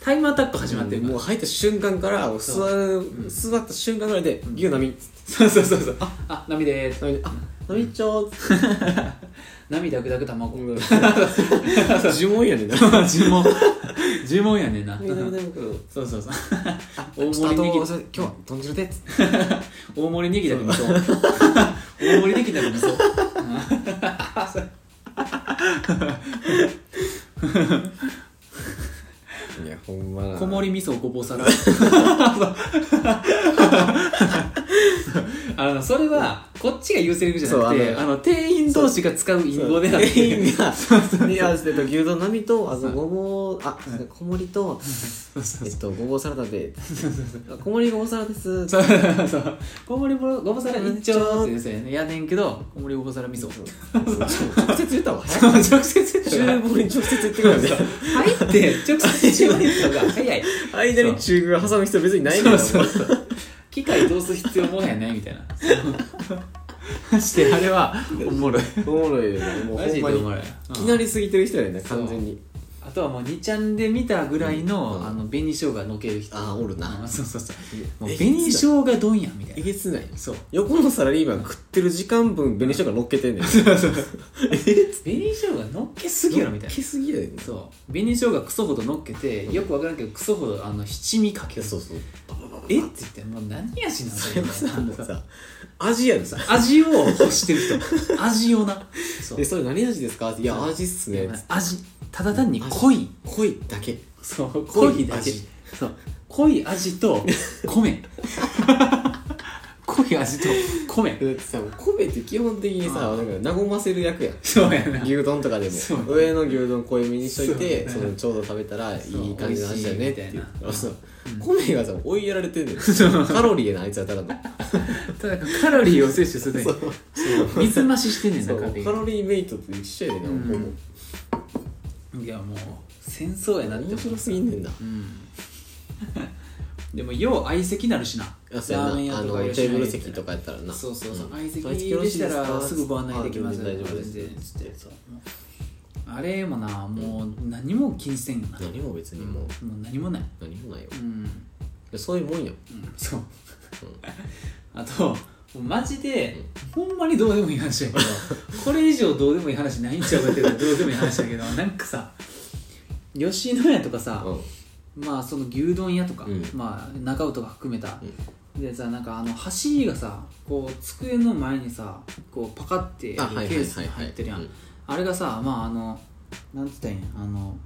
Speaker 2: タイムアタック始まってるから
Speaker 1: もう入った瞬間からもう
Speaker 2: そ
Speaker 1: 座る座った瞬間ぐらいで「牛並み」
Speaker 2: そうそうそうそうああ涙でーす
Speaker 1: 並みあ並みっちょー」つ
Speaker 2: 涙ぐだく卵、
Speaker 1: って呪文やねんな
Speaker 2: 呪文 呪文やねんな
Speaker 1: 並み並み並みうん
Speaker 2: そうそうそう
Speaker 1: ちょっ
Speaker 2: 大
Speaker 1: とあ
Speaker 2: 盛り
Speaker 1: と
Speaker 2: ネギ
Speaker 1: 今日は豚汁でつって
Speaker 2: 大盛りネギだけ味噌 大盛りネギだけ味噌
Speaker 1: いやほんまな
Speaker 2: 小盛り味噌ごぼう皿 あのそれはこっちが言うセリフじゃなく
Speaker 1: そ
Speaker 2: て
Speaker 1: うあ
Speaker 2: あ
Speaker 1: の
Speaker 2: の店員同士が使う
Speaker 1: り
Speaker 2: 隠語
Speaker 1: ご
Speaker 2: で
Speaker 1: で
Speaker 2: な
Speaker 1: な
Speaker 2: っ
Speaker 1: ってて 意味がに合わせて牛丼並みとあとごぼうあ小盛りとえっとごぼうサラダであ小盛りごぼうサラダです
Speaker 2: そうそうそう小盛りごぼう皿一丁って言うんですよねやねんけど小盛りごぼう皿味
Speaker 1: そ
Speaker 2: 噌
Speaker 1: う直接言ったわ
Speaker 2: 直接言ったら
Speaker 1: 厨房に直接言ってくるんだよ
Speaker 2: はいって直接注文とか早い
Speaker 1: 間に中宮挟む必要別にないから
Speaker 2: そうそうそう機械通す必要もはやないみたいなそうしてあれはおもろい
Speaker 1: おもろいよねもう
Speaker 2: マ
Speaker 1: ほ
Speaker 2: ジ
Speaker 1: ん
Speaker 2: で
Speaker 1: ま
Speaker 2: お
Speaker 1: に
Speaker 2: もろい
Speaker 1: いきな
Speaker 2: り
Speaker 1: り過ぎてる人やね完全に
Speaker 2: あとはもう2ちゃんで見たぐらいの、
Speaker 1: うん
Speaker 2: あの紅生姜のける人
Speaker 1: あーおるな
Speaker 2: うんそうそうそうもう
Speaker 1: えげつない
Speaker 2: 紅生姜丼やみた
Speaker 1: え
Speaker 2: いな
Speaker 1: げつない
Speaker 2: そう
Speaker 1: 横のサラリーマン食ってる時間分紅しょが乗っけ てんねん
Speaker 2: 紅生姜のっけすぎやろみたい
Speaker 1: 乗っけすぎやねん
Speaker 2: なそう紅生姜クソほどのっけてよくわからんけどクソほどあの七味かける
Speaker 1: そうそう
Speaker 2: えって言ってもう何味なん
Speaker 1: そ
Speaker 2: だ
Speaker 1: れ
Speaker 2: よ
Speaker 1: もさも
Speaker 2: み
Speaker 1: う
Speaker 2: たいな
Speaker 1: さ味やでさ
Speaker 2: 味を欲してる 人味をなそう
Speaker 1: でそれ何味ですかっていや味っすね
Speaker 2: 味ただ単に濃い
Speaker 1: 濃いだけ
Speaker 2: そう
Speaker 1: 濃
Speaker 2: 濃
Speaker 1: い
Speaker 2: いだけ
Speaker 1: 味
Speaker 2: そう濃い味と米濃い味と米
Speaker 1: だってさ米って基本的にさ
Speaker 2: あ
Speaker 1: なんか和ませる役やん
Speaker 2: そうや な
Speaker 1: 牛丼とかでも
Speaker 2: そう
Speaker 1: 上の牛丼濃いめにしといて
Speaker 2: そ
Speaker 1: そうのちょうど食べたらいい感じの味だよねっていう
Speaker 2: そう美味しい
Speaker 1: そう
Speaker 2: うん
Speaker 1: 米がさ追いやられてんねん
Speaker 2: そう
Speaker 1: カロリーやなあいつはただの
Speaker 2: ただカロリーを摂取するね
Speaker 1: そう
Speaker 2: 水増ししてんねん
Speaker 1: そ
Speaker 2: な
Speaker 1: う
Speaker 2: カロリ
Speaker 1: カ
Speaker 2: ー
Speaker 1: ロリーメイトと一緒やでなほぼ
Speaker 2: うんいやもう戦争やなって
Speaker 1: 面
Speaker 2: 思
Speaker 1: 白すぎんねんな
Speaker 2: ううんでもよう相席なるしな
Speaker 1: あそうや
Speaker 2: ラーメン屋
Speaker 1: なあ
Speaker 2: と
Speaker 1: の
Speaker 2: か
Speaker 1: テ
Speaker 2: 吉野
Speaker 1: ー
Speaker 2: 家
Speaker 1: ブル
Speaker 2: 行ったら
Speaker 1: 席とかやったらな
Speaker 2: そうそうそう
Speaker 1: うん
Speaker 2: 相席
Speaker 1: 相席よろしいですか
Speaker 2: でしたらすぐご案内できます
Speaker 1: あ全然大丈夫です
Speaker 2: 全然
Speaker 1: つってさ
Speaker 2: あれもなもう何も気にせんよな
Speaker 1: 何も別にもう
Speaker 2: もう何もない
Speaker 1: 何もないよ
Speaker 2: うん
Speaker 1: そういうもんよ
Speaker 2: うんそう、あともうマジで、ほんまにどうでもいい話 やけどこれ以上どうでもいい話ないんちゃうかっていうかどうでもいい話やけどなんかさ吉野家とかさ、
Speaker 1: う
Speaker 2: まあその牛丼屋とか、
Speaker 1: うん
Speaker 2: まあ中尾とか含めた、でさなんかあの箸がさこう机の前にさこうパカってケ
Speaker 1: あはいはいはいはい
Speaker 2: ースに入ってるやん、
Speaker 1: うん
Speaker 2: あれがさまああのなんて言ったらいいんやあの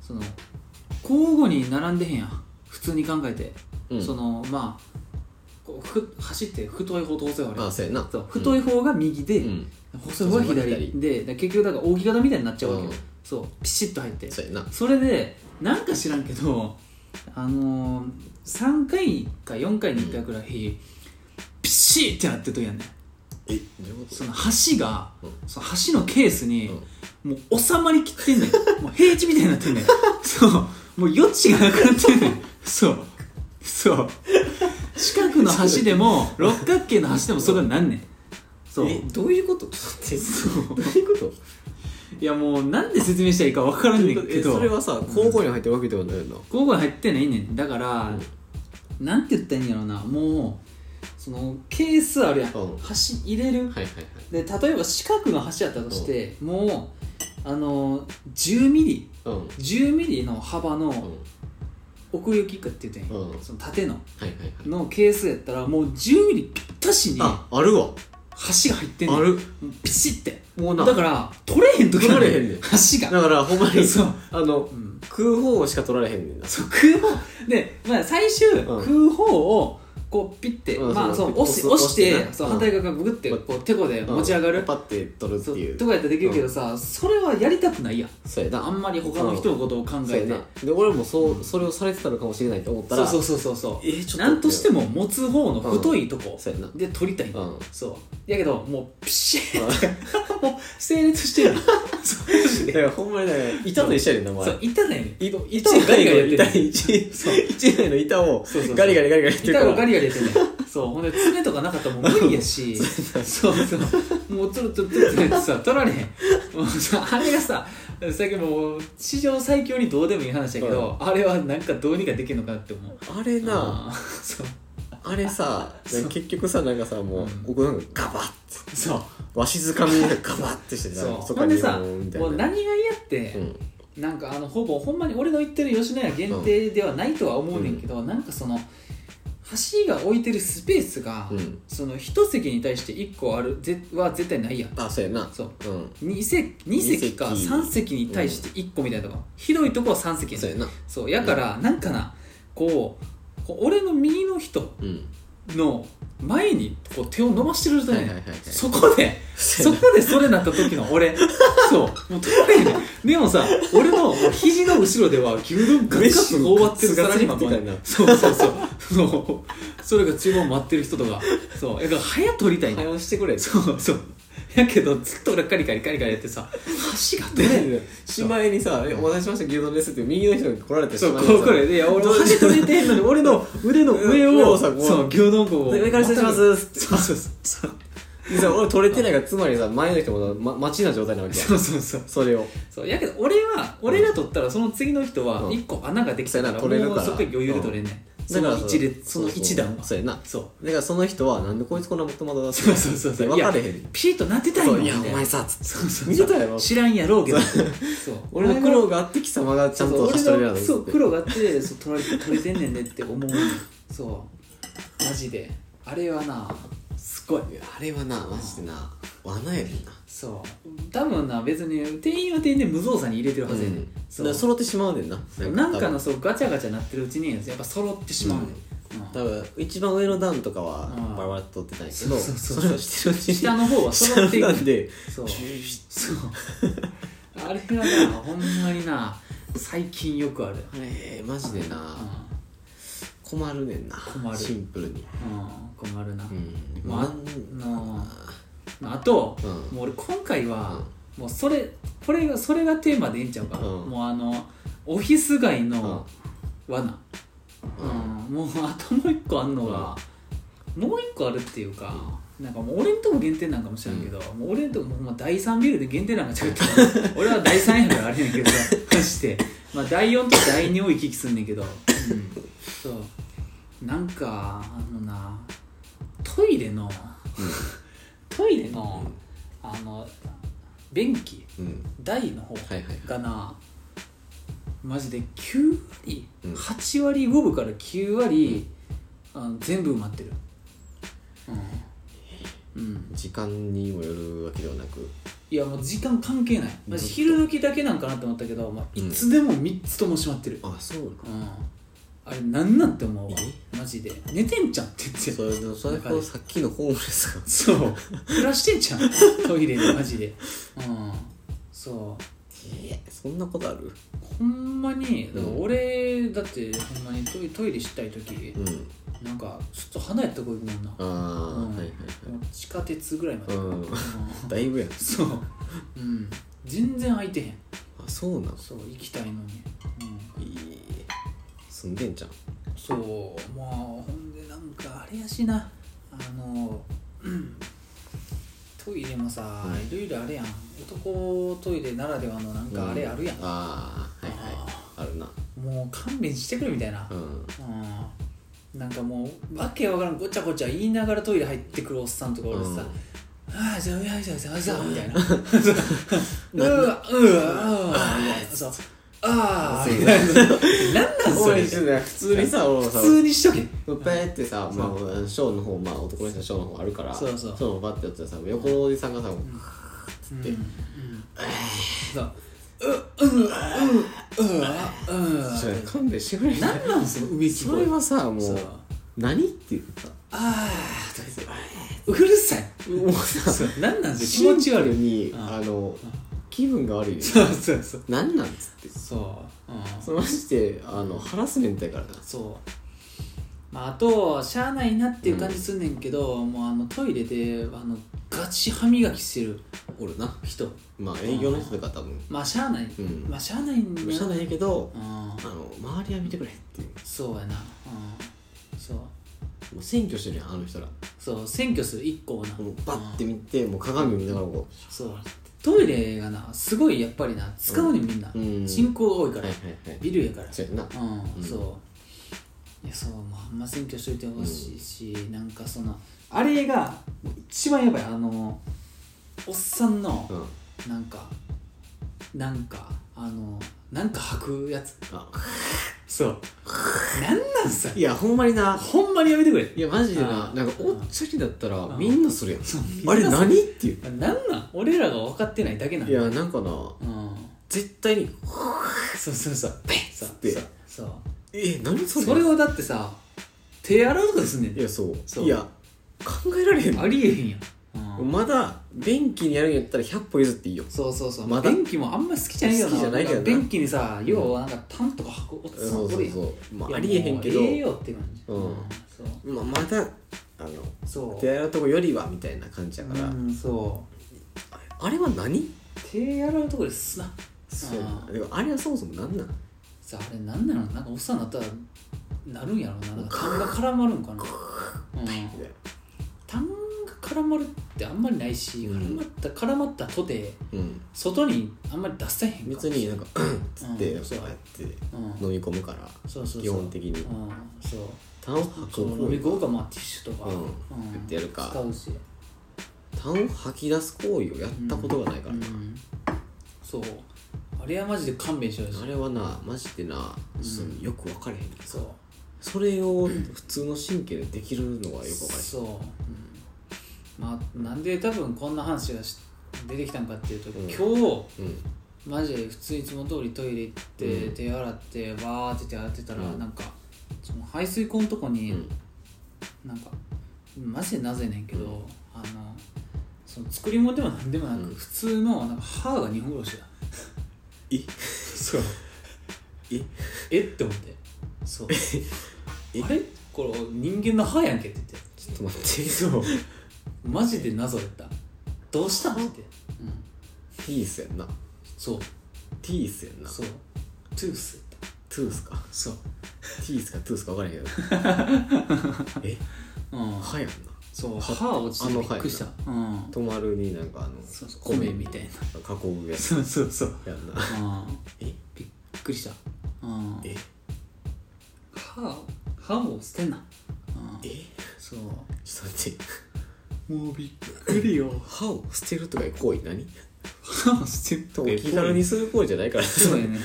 Speaker 2: その交互に並んでへんやん普通に考えて、
Speaker 1: うん
Speaker 2: そのまあこうふ走って太い方と細い方あるや
Speaker 1: んあ
Speaker 2: ん
Speaker 1: そうやな
Speaker 2: そう太い方が右で、
Speaker 1: うん
Speaker 2: 細い方が
Speaker 1: 細い方が
Speaker 2: 左
Speaker 1: 左
Speaker 2: でだから結局だから扇形みたいになっちゃうわけよ、
Speaker 1: うん
Speaker 2: そうピシッと入って
Speaker 1: そうやな
Speaker 2: それでなんか知らんけどあのー、3回か4回に1回くらい、ピシーってなってる時やんね
Speaker 1: えどういうこと
Speaker 2: その箸が、
Speaker 1: う
Speaker 2: その箸のケースに、
Speaker 1: う
Speaker 2: もう収まりきってんねんもう平地みたいになってんねんそうもう余地がなくなってんねんそうそう四角の箸でも 六角形の箸でもそこになんねんそ
Speaker 1: ん
Speaker 2: う
Speaker 1: え
Speaker 2: い
Speaker 1: どういうこと ちょっと待ってどういうこと
Speaker 2: やもうなんで説明したらいいか分からんねんけ
Speaker 1: え
Speaker 2: ど
Speaker 1: それはさ高校に入ってるわけではないよな
Speaker 2: 午後入ってないねんだから、なんて言ったらいいんやろうなもうそのケースあるやん、
Speaker 1: うん
Speaker 2: 箸入れ
Speaker 1: はい
Speaker 2: る、
Speaker 1: はいはい
Speaker 2: で例えば四角の箸やったとして、もうあの10ミリ
Speaker 1: うんうん
Speaker 2: 10ミリの幅の
Speaker 1: は
Speaker 2: 奥行きかって言うてんや、
Speaker 1: うん
Speaker 2: その縦の
Speaker 1: いはいはい
Speaker 2: のケースやったらもう10ミリぴったしに
Speaker 1: ああるわ
Speaker 2: 箸が入ってんねん
Speaker 1: ある
Speaker 2: ピシって
Speaker 1: もうな
Speaker 2: だから取れへん時あ
Speaker 1: 取れへんねん
Speaker 2: 箸が
Speaker 1: だからほんま に
Speaker 2: そう
Speaker 1: あの
Speaker 2: うん
Speaker 1: 食う方しか取られへんねんな
Speaker 2: そう食う方で、まあ、最終、
Speaker 1: うん
Speaker 2: 食う方をこうピッて、
Speaker 1: うん
Speaker 2: まあ、
Speaker 1: そ
Speaker 2: そうう押し
Speaker 1: 押
Speaker 2: 押
Speaker 1: す
Speaker 2: して
Speaker 1: 押してね
Speaker 2: そう
Speaker 1: うん
Speaker 2: 反対側がググってこうてこで持ち上がる、
Speaker 1: うんパッて取るって
Speaker 2: そう
Speaker 1: いう
Speaker 2: とかやったらできるけどさ、それはやりたくないやん
Speaker 1: そうやな
Speaker 2: あんまり他の人のことを考
Speaker 1: そう
Speaker 2: え
Speaker 1: や
Speaker 2: て
Speaker 1: なで俺もそうそれをされてたのかもしれないと思った
Speaker 2: そ
Speaker 1: ら
Speaker 2: うそうそうそうそう
Speaker 1: えーちょっと待って
Speaker 2: なんとしても持つ方の太いとこ
Speaker 1: そうやな
Speaker 2: で取りたい、
Speaker 1: うん
Speaker 2: そうやけどもうピシッて もう整列して るそう
Speaker 1: だからほんまにね板と一緒やねんなお前
Speaker 2: そう痛ないね
Speaker 1: 板を
Speaker 2: 板をガリガリやってる
Speaker 1: ガリガリ板
Speaker 2: そう
Speaker 1: 一枚の板を
Speaker 2: そうそうそう
Speaker 1: ガリガリガリガリやってるか
Speaker 2: 板をガ
Speaker 1: ら
Speaker 2: リガリやってねそうほんで爪とかなかったらもう無理やしそうそうもうつるつるつるつるってさ取られへんもうさあれがささっきもう史上最強にどうでもいい話やけど、あれはなんかどうにかできるのかなって思う
Speaker 1: あれな
Speaker 2: あーそう
Speaker 1: あれさ
Speaker 2: そう
Speaker 1: 結局さなんかさもう僕なんかガバッて
Speaker 2: そう
Speaker 1: わしづかみが ガバッてしてた
Speaker 2: そう
Speaker 1: そ
Speaker 2: ほ
Speaker 1: こ
Speaker 2: んで
Speaker 1: に
Speaker 2: さ
Speaker 1: うんみたい
Speaker 2: もう
Speaker 1: な
Speaker 2: 何が嫌って、
Speaker 1: うん
Speaker 2: なんかあのほぼほんまに俺の言ってる吉野家限定ではないとは思うねんけど、なんかその橋が置いてるスペースが、
Speaker 1: うん
Speaker 2: その一席に対して一個あるぜは絶対ないやん
Speaker 1: あそうやな
Speaker 2: そう
Speaker 1: うん
Speaker 2: 2席二席か
Speaker 1: 二席
Speaker 2: 3席に対して1個みたいなとこ、ひどいとこは3席や
Speaker 1: そう
Speaker 2: ねん
Speaker 1: やな
Speaker 2: そうやからなんかなこうこう俺の右の人
Speaker 1: うん
Speaker 2: の前にこう手を伸ばしてる状態やねん、
Speaker 1: はいはいはいはい
Speaker 2: そこで
Speaker 1: そうや
Speaker 2: そ
Speaker 1: な
Speaker 2: こでそれなった時の俺そうもう取れへんねんでもさ俺の肘の後ろでは牛丼ガツガツ頬張ってるサラリーマン
Speaker 1: ガツガツみたいな
Speaker 2: そうそうそうそうそれが注文待ってる人とかそうやから早取りたいねん
Speaker 1: 早押してくれ
Speaker 2: そうそうやけどずっと俺カリカリカリカリやってさ箸が取れん
Speaker 1: でしまいにさ「えお待たせしました牛丼です」って右の人に来られてし
Speaker 2: そう
Speaker 1: まいに
Speaker 2: こうこ
Speaker 1: さ
Speaker 2: れでいや俺の箸取れてんのに 俺の腕の上
Speaker 1: 上
Speaker 2: を
Speaker 1: を
Speaker 2: そ
Speaker 1: さこう
Speaker 2: う牛丼こう
Speaker 1: 上から失礼しますっつって
Speaker 2: そうそうそう
Speaker 1: でさ俺取れてないからつまりさ前の人もま待ちな状態なわけや
Speaker 2: そうそうそう
Speaker 1: それを
Speaker 2: そうやけど俺は俺が取ったらその次の人は
Speaker 1: うん
Speaker 2: 一個穴ができたから
Speaker 1: そうやな取れ
Speaker 2: も
Speaker 1: る
Speaker 2: う
Speaker 1: から
Speaker 2: そこで余裕で取れんねんそ
Speaker 1: だから
Speaker 2: の一列その
Speaker 1: そうそう
Speaker 2: 一段は
Speaker 1: そうやな
Speaker 2: そう
Speaker 1: だからその人はなんでこいつこんなもともとだって
Speaker 2: そうそうそうそう
Speaker 1: 分かれへん
Speaker 2: いやピシッとなってたいの
Speaker 1: そういや
Speaker 2: み
Speaker 1: お
Speaker 2: た
Speaker 1: 前さつって
Speaker 2: そうそうそう
Speaker 1: 見てたやろ
Speaker 2: 知らんやろうけどそう
Speaker 1: 俺の苦労があって貴様がちゃんと走
Speaker 2: そう
Speaker 1: れる
Speaker 2: 俺
Speaker 1: や
Speaker 2: の
Speaker 1: ろ
Speaker 2: そう苦労があってそう取られ取れてんねんねって思うねんそうマジであれはなすごい
Speaker 1: あれはなマジでな罠やねんな
Speaker 2: そう多分な別に店員は店員で無造作に入れてるはずやねん、
Speaker 1: そ
Speaker 2: そう
Speaker 1: だから
Speaker 2: う
Speaker 1: 揃ってしまうねんな
Speaker 2: なんかのそうガチャガチャなってるうちにやっぱ揃ってしまうねん、うん
Speaker 1: 多分一番上の段とかは
Speaker 2: うん
Speaker 1: バラバラっと取ってたんやけど
Speaker 2: そうそうそう
Speaker 1: それをしてるうちに
Speaker 2: 下の方 は
Speaker 1: 下
Speaker 2: 揃
Speaker 1: の
Speaker 2: っていく
Speaker 1: 段で
Speaker 2: そう
Speaker 1: ジューッ
Speaker 2: そうあれがなほんまにな最近よくある、
Speaker 1: あれマジでな
Speaker 2: う
Speaker 1: 困るねんな
Speaker 2: 困る
Speaker 1: シンプルに
Speaker 2: んうん、困るな、
Speaker 1: うん
Speaker 2: まあ
Speaker 1: なん
Speaker 2: のあと、
Speaker 1: うん
Speaker 2: もう俺今回は、もうそれこれがそれがテーマでいいんちゃうか、
Speaker 1: うん
Speaker 2: もうあのオフィス街の罠、
Speaker 1: うん
Speaker 2: うんもうあともう一個あんのが、もう一個あるっていうか、なんかもう俺んとこ限定なんかもしれんけど、もう俺んとこもうほんま第3ビルで限定なんかちゃうけど 俺は第3やからあれやね んけどさまして、まあ、第4と第2を行き来すんねんけど、うんそうなんかあのなトイレの、トイレの、あの便器
Speaker 1: うん
Speaker 2: 台の方
Speaker 1: はいはい
Speaker 2: がな、マジで9割、
Speaker 1: うん
Speaker 2: 8割5分から9割、あの全部埋まってるうん、うん、
Speaker 1: 時間にもよるわけではなく
Speaker 2: いやもう時間関係ないマジ昼時だけなんかなって思ったけど、まあ、
Speaker 1: う
Speaker 2: い
Speaker 1: ん
Speaker 2: つでも3つとも閉まってる、
Speaker 1: あそうなの
Speaker 2: うん、あれなんなんて思うわ
Speaker 1: え
Speaker 2: マジで寝てんじゃんって言って
Speaker 1: それでもそれこそさっきのホームレスが
Speaker 2: そう暮らしてんじゃんトイレでマジでうんそう
Speaker 1: えそんなことある
Speaker 2: ほんまにだから
Speaker 1: うん
Speaker 2: 俺だってほんまにトイトイレしたい時
Speaker 1: うん
Speaker 2: なんかちょっと離れたとこ行くもんな
Speaker 1: ああはいはい
Speaker 2: もう地下鉄ぐらいまで、
Speaker 1: はいうん
Speaker 2: うん
Speaker 1: だいぶやん
Speaker 2: そううん全然空いてへん
Speaker 1: あそうなの
Speaker 2: そう行きたいのに、うん、
Speaker 1: いい住んでんじゃん
Speaker 2: そうまあほんでなんかあれやしなあの、うんトイレもさ、
Speaker 1: うん
Speaker 2: いろいろあれやん男トイレならではのなんかあれあるやん、
Speaker 1: ああはいはいあるな
Speaker 2: もう勘弁してくれみたいな
Speaker 1: うん
Speaker 2: うんなんかもうわけわからんごちゃごちゃ言いながらトイレ入ってくるおっさんとか俺さ
Speaker 1: う
Speaker 2: 「ああじゃあうやじゃあじゃあじゃあ」みたいな「
Speaker 1: な
Speaker 2: うわうわああ」みたいなそうああ」みたいな何なん
Speaker 1: ん
Speaker 2: そ
Speaker 1: 俺
Speaker 2: れ
Speaker 1: 一緒だよ普通にさ俺もさ
Speaker 2: 普通にしとけ
Speaker 1: ペーってさ、まあ、ショーの方、まあ、男の人のショーの方あるから、
Speaker 2: そうそう
Speaker 1: ショーのバッてやったらさ、横のおじさんがさ、
Speaker 2: うん
Speaker 1: て
Speaker 2: うんそううううううあうん
Speaker 1: それ勘弁してくれない
Speaker 2: 何なんその植木
Speaker 1: それはさ、も
Speaker 2: そう
Speaker 1: う、何って言った
Speaker 2: ああとか言ってうるさい
Speaker 1: もうさ、
Speaker 2: そう何なんそれ気
Speaker 1: シン
Speaker 2: 持
Speaker 1: プ
Speaker 2: ち悪
Speaker 1: ル
Speaker 2: い
Speaker 1: に、
Speaker 2: うん
Speaker 1: あの、気分が悪いよ。
Speaker 2: そうそうそう
Speaker 1: 何なんつって。
Speaker 2: そううん
Speaker 1: そのまして、あの、ハラスメントやからな。
Speaker 2: そう、まあ、あとしゃあないなっていう感じすんねんけど、もうあのトイレであのガチ歯磨きしてる
Speaker 1: おるな。
Speaker 2: 人
Speaker 1: まあ、営業の人とか多分、
Speaker 2: まあしゃあない、
Speaker 1: うん
Speaker 2: まあしゃあないんだ
Speaker 1: しゃあないけど
Speaker 2: う、ん
Speaker 1: あの、周りは見てくれっていう。
Speaker 2: そうやな、うん、そう
Speaker 1: もう選挙してるやん、あの人ら。
Speaker 2: そう選挙する一個をな
Speaker 1: もうバッて見て、もう鏡を見ながらこ
Speaker 2: うんそうトイレがなすごいやっぱりな使うねんみんな、
Speaker 1: うん。
Speaker 2: 人口が多いうか
Speaker 1: はいはい
Speaker 2: ら、
Speaker 1: はい。
Speaker 2: ビルやから
Speaker 1: そうやな。
Speaker 2: うん、
Speaker 1: うん
Speaker 2: そういやそうもうあんま選挙しといてほしいし、なんかそのあれが一番やばいあのおっさんの
Speaker 1: うん。
Speaker 2: なんかなんかあのなんか履くやつ
Speaker 1: あ
Speaker 2: そうなんなんさ
Speaker 1: いやほんまにな
Speaker 2: ほんまにやめてくれ
Speaker 1: いやマジで
Speaker 2: あ
Speaker 1: な
Speaker 2: ー
Speaker 1: なんかおっちゃりだったら
Speaker 2: ん
Speaker 1: みんなそれやん
Speaker 2: そうみんな
Speaker 1: あれ
Speaker 2: そう
Speaker 1: 何っていう
Speaker 2: なんなん俺らが分かってないだけなん
Speaker 1: い
Speaker 2: だ
Speaker 1: やなんかな
Speaker 2: うん
Speaker 1: 絶対に
Speaker 2: そうそうそうペッそう
Speaker 1: て
Speaker 2: そうそう
Speaker 1: え何それ
Speaker 2: それをだってさ手洗うとかですんねん
Speaker 1: いやそう
Speaker 2: そう
Speaker 1: いや考えられへん
Speaker 2: ありえへんやん、うん
Speaker 1: まだ便器にやるんやったら100歩譲っていいよ
Speaker 2: そうそうそう、
Speaker 1: まだ
Speaker 2: 便器もあんまり好きじゃないよな
Speaker 1: 好きじゃないけどな
Speaker 2: んか便器にさ要はなんかタンとか箱おっさん
Speaker 1: そう
Speaker 2: お
Speaker 1: そ
Speaker 2: る
Speaker 1: う
Speaker 2: やん
Speaker 1: そうま
Speaker 2: い
Speaker 1: あ
Speaker 2: や
Speaker 1: ありえへんけ
Speaker 2: もうええ
Speaker 1: ど
Speaker 2: よって感じ
Speaker 1: うん
Speaker 2: そ
Speaker 1: まあまだあの
Speaker 2: うそう
Speaker 1: 手洗うとこよりはみたいな感じやから
Speaker 2: うんそう
Speaker 1: あれは何
Speaker 2: 手洗うとこですな
Speaker 1: そうやな
Speaker 2: あー
Speaker 1: でもあれはそもそも何なん
Speaker 2: さああれなんなのなんかおっさんになったらなるんやろななんか痰が絡まるんかな、うん、痰が絡まるってあんまりないし絡まった絡まったとて
Speaker 1: うん
Speaker 2: 外にあんまり出せへんかも
Speaker 1: 別になんかつって
Speaker 2: うん
Speaker 1: こうやって
Speaker 2: う
Speaker 1: 飲
Speaker 2: ん
Speaker 1: み込むから
Speaker 2: そうそうそう
Speaker 1: 基本的に
Speaker 2: うんそう
Speaker 1: 痰を
Speaker 2: そ
Speaker 1: 吐
Speaker 2: の飲み
Speaker 1: く行
Speaker 2: 込むかまあティッシュとか、
Speaker 1: うん
Speaker 2: うん
Speaker 1: ってやるか
Speaker 2: 使うし
Speaker 1: 為痰を吐き出す行為をやったことがないから、
Speaker 2: うんそうあれはマジで勘弁しようし
Speaker 1: あれはなマジでな、
Speaker 2: うん
Speaker 1: そのよく分かれへんけど
Speaker 2: そう
Speaker 1: それを普通の神経でできるのはよく分かれへん
Speaker 2: そう、うんまあなんで多分こんな話がし出てきたんかっていうと、
Speaker 1: うん
Speaker 2: 今
Speaker 1: うん
Speaker 2: 日マジで普通にいつも通りトイレ行って、
Speaker 1: うん
Speaker 2: 手洗ってバーって手洗ってたら、
Speaker 1: うん
Speaker 2: なんかその排水口のとこに、
Speaker 1: うん
Speaker 2: なんかマジでなぜねんけど、あのその作り物でもなんでもなく、
Speaker 1: うん
Speaker 2: 普通のなんか歯が日本殺しだ
Speaker 1: え
Speaker 2: そう
Speaker 1: え
Speaker 2: えって思ってそう
Speaker 1: え
Speaker 2: あれこれ人間の歯やんけって言って
Speaker 1: ちょっと待って
Speaker 2: そうマジで謎やったどうしたんって、うん、
Speaker 1: ティースやんな
Speaker 2: そう
Speaker 1: ティースやんな
Speaker 2: そうトゥースやった
Speaker 1: トゥースか
Speaker 2: そう
Speaker 1: ティースかトゥースか分からへんけどえ
Speaker 2: うん
Speaker 1: 歯やんな
Speaker 2: そう歯落ち
Speaker 1: あ
Speaker 2: て
Speaker 1: の
Speaker 2: びっくりしたうん
Speaker 1: 止まるになんかあの
Speaker 2: そうそう米みたいな
Speaker 1: 囲うやつ
Speaker 2: そうそうそう
Speaker 1: やんな
Speaker 2: うん
Speaker 1: え
Speaker 2: びっくりした、うん、
Speaker 1: え
Speaker 2: 歯歯を捨てな、うん、
Speaker 1: え
Speaker 2: そ
Speaker 1: ちょっと待って
Speaker 2: うもうびっくりよ
Speaker 1: 歯を捨てるとかいう行為何
Speaker 2: 歯を捨てる
Speaker 1: とお気軽にする行為じゃないから
Speaker 2: そうやねんな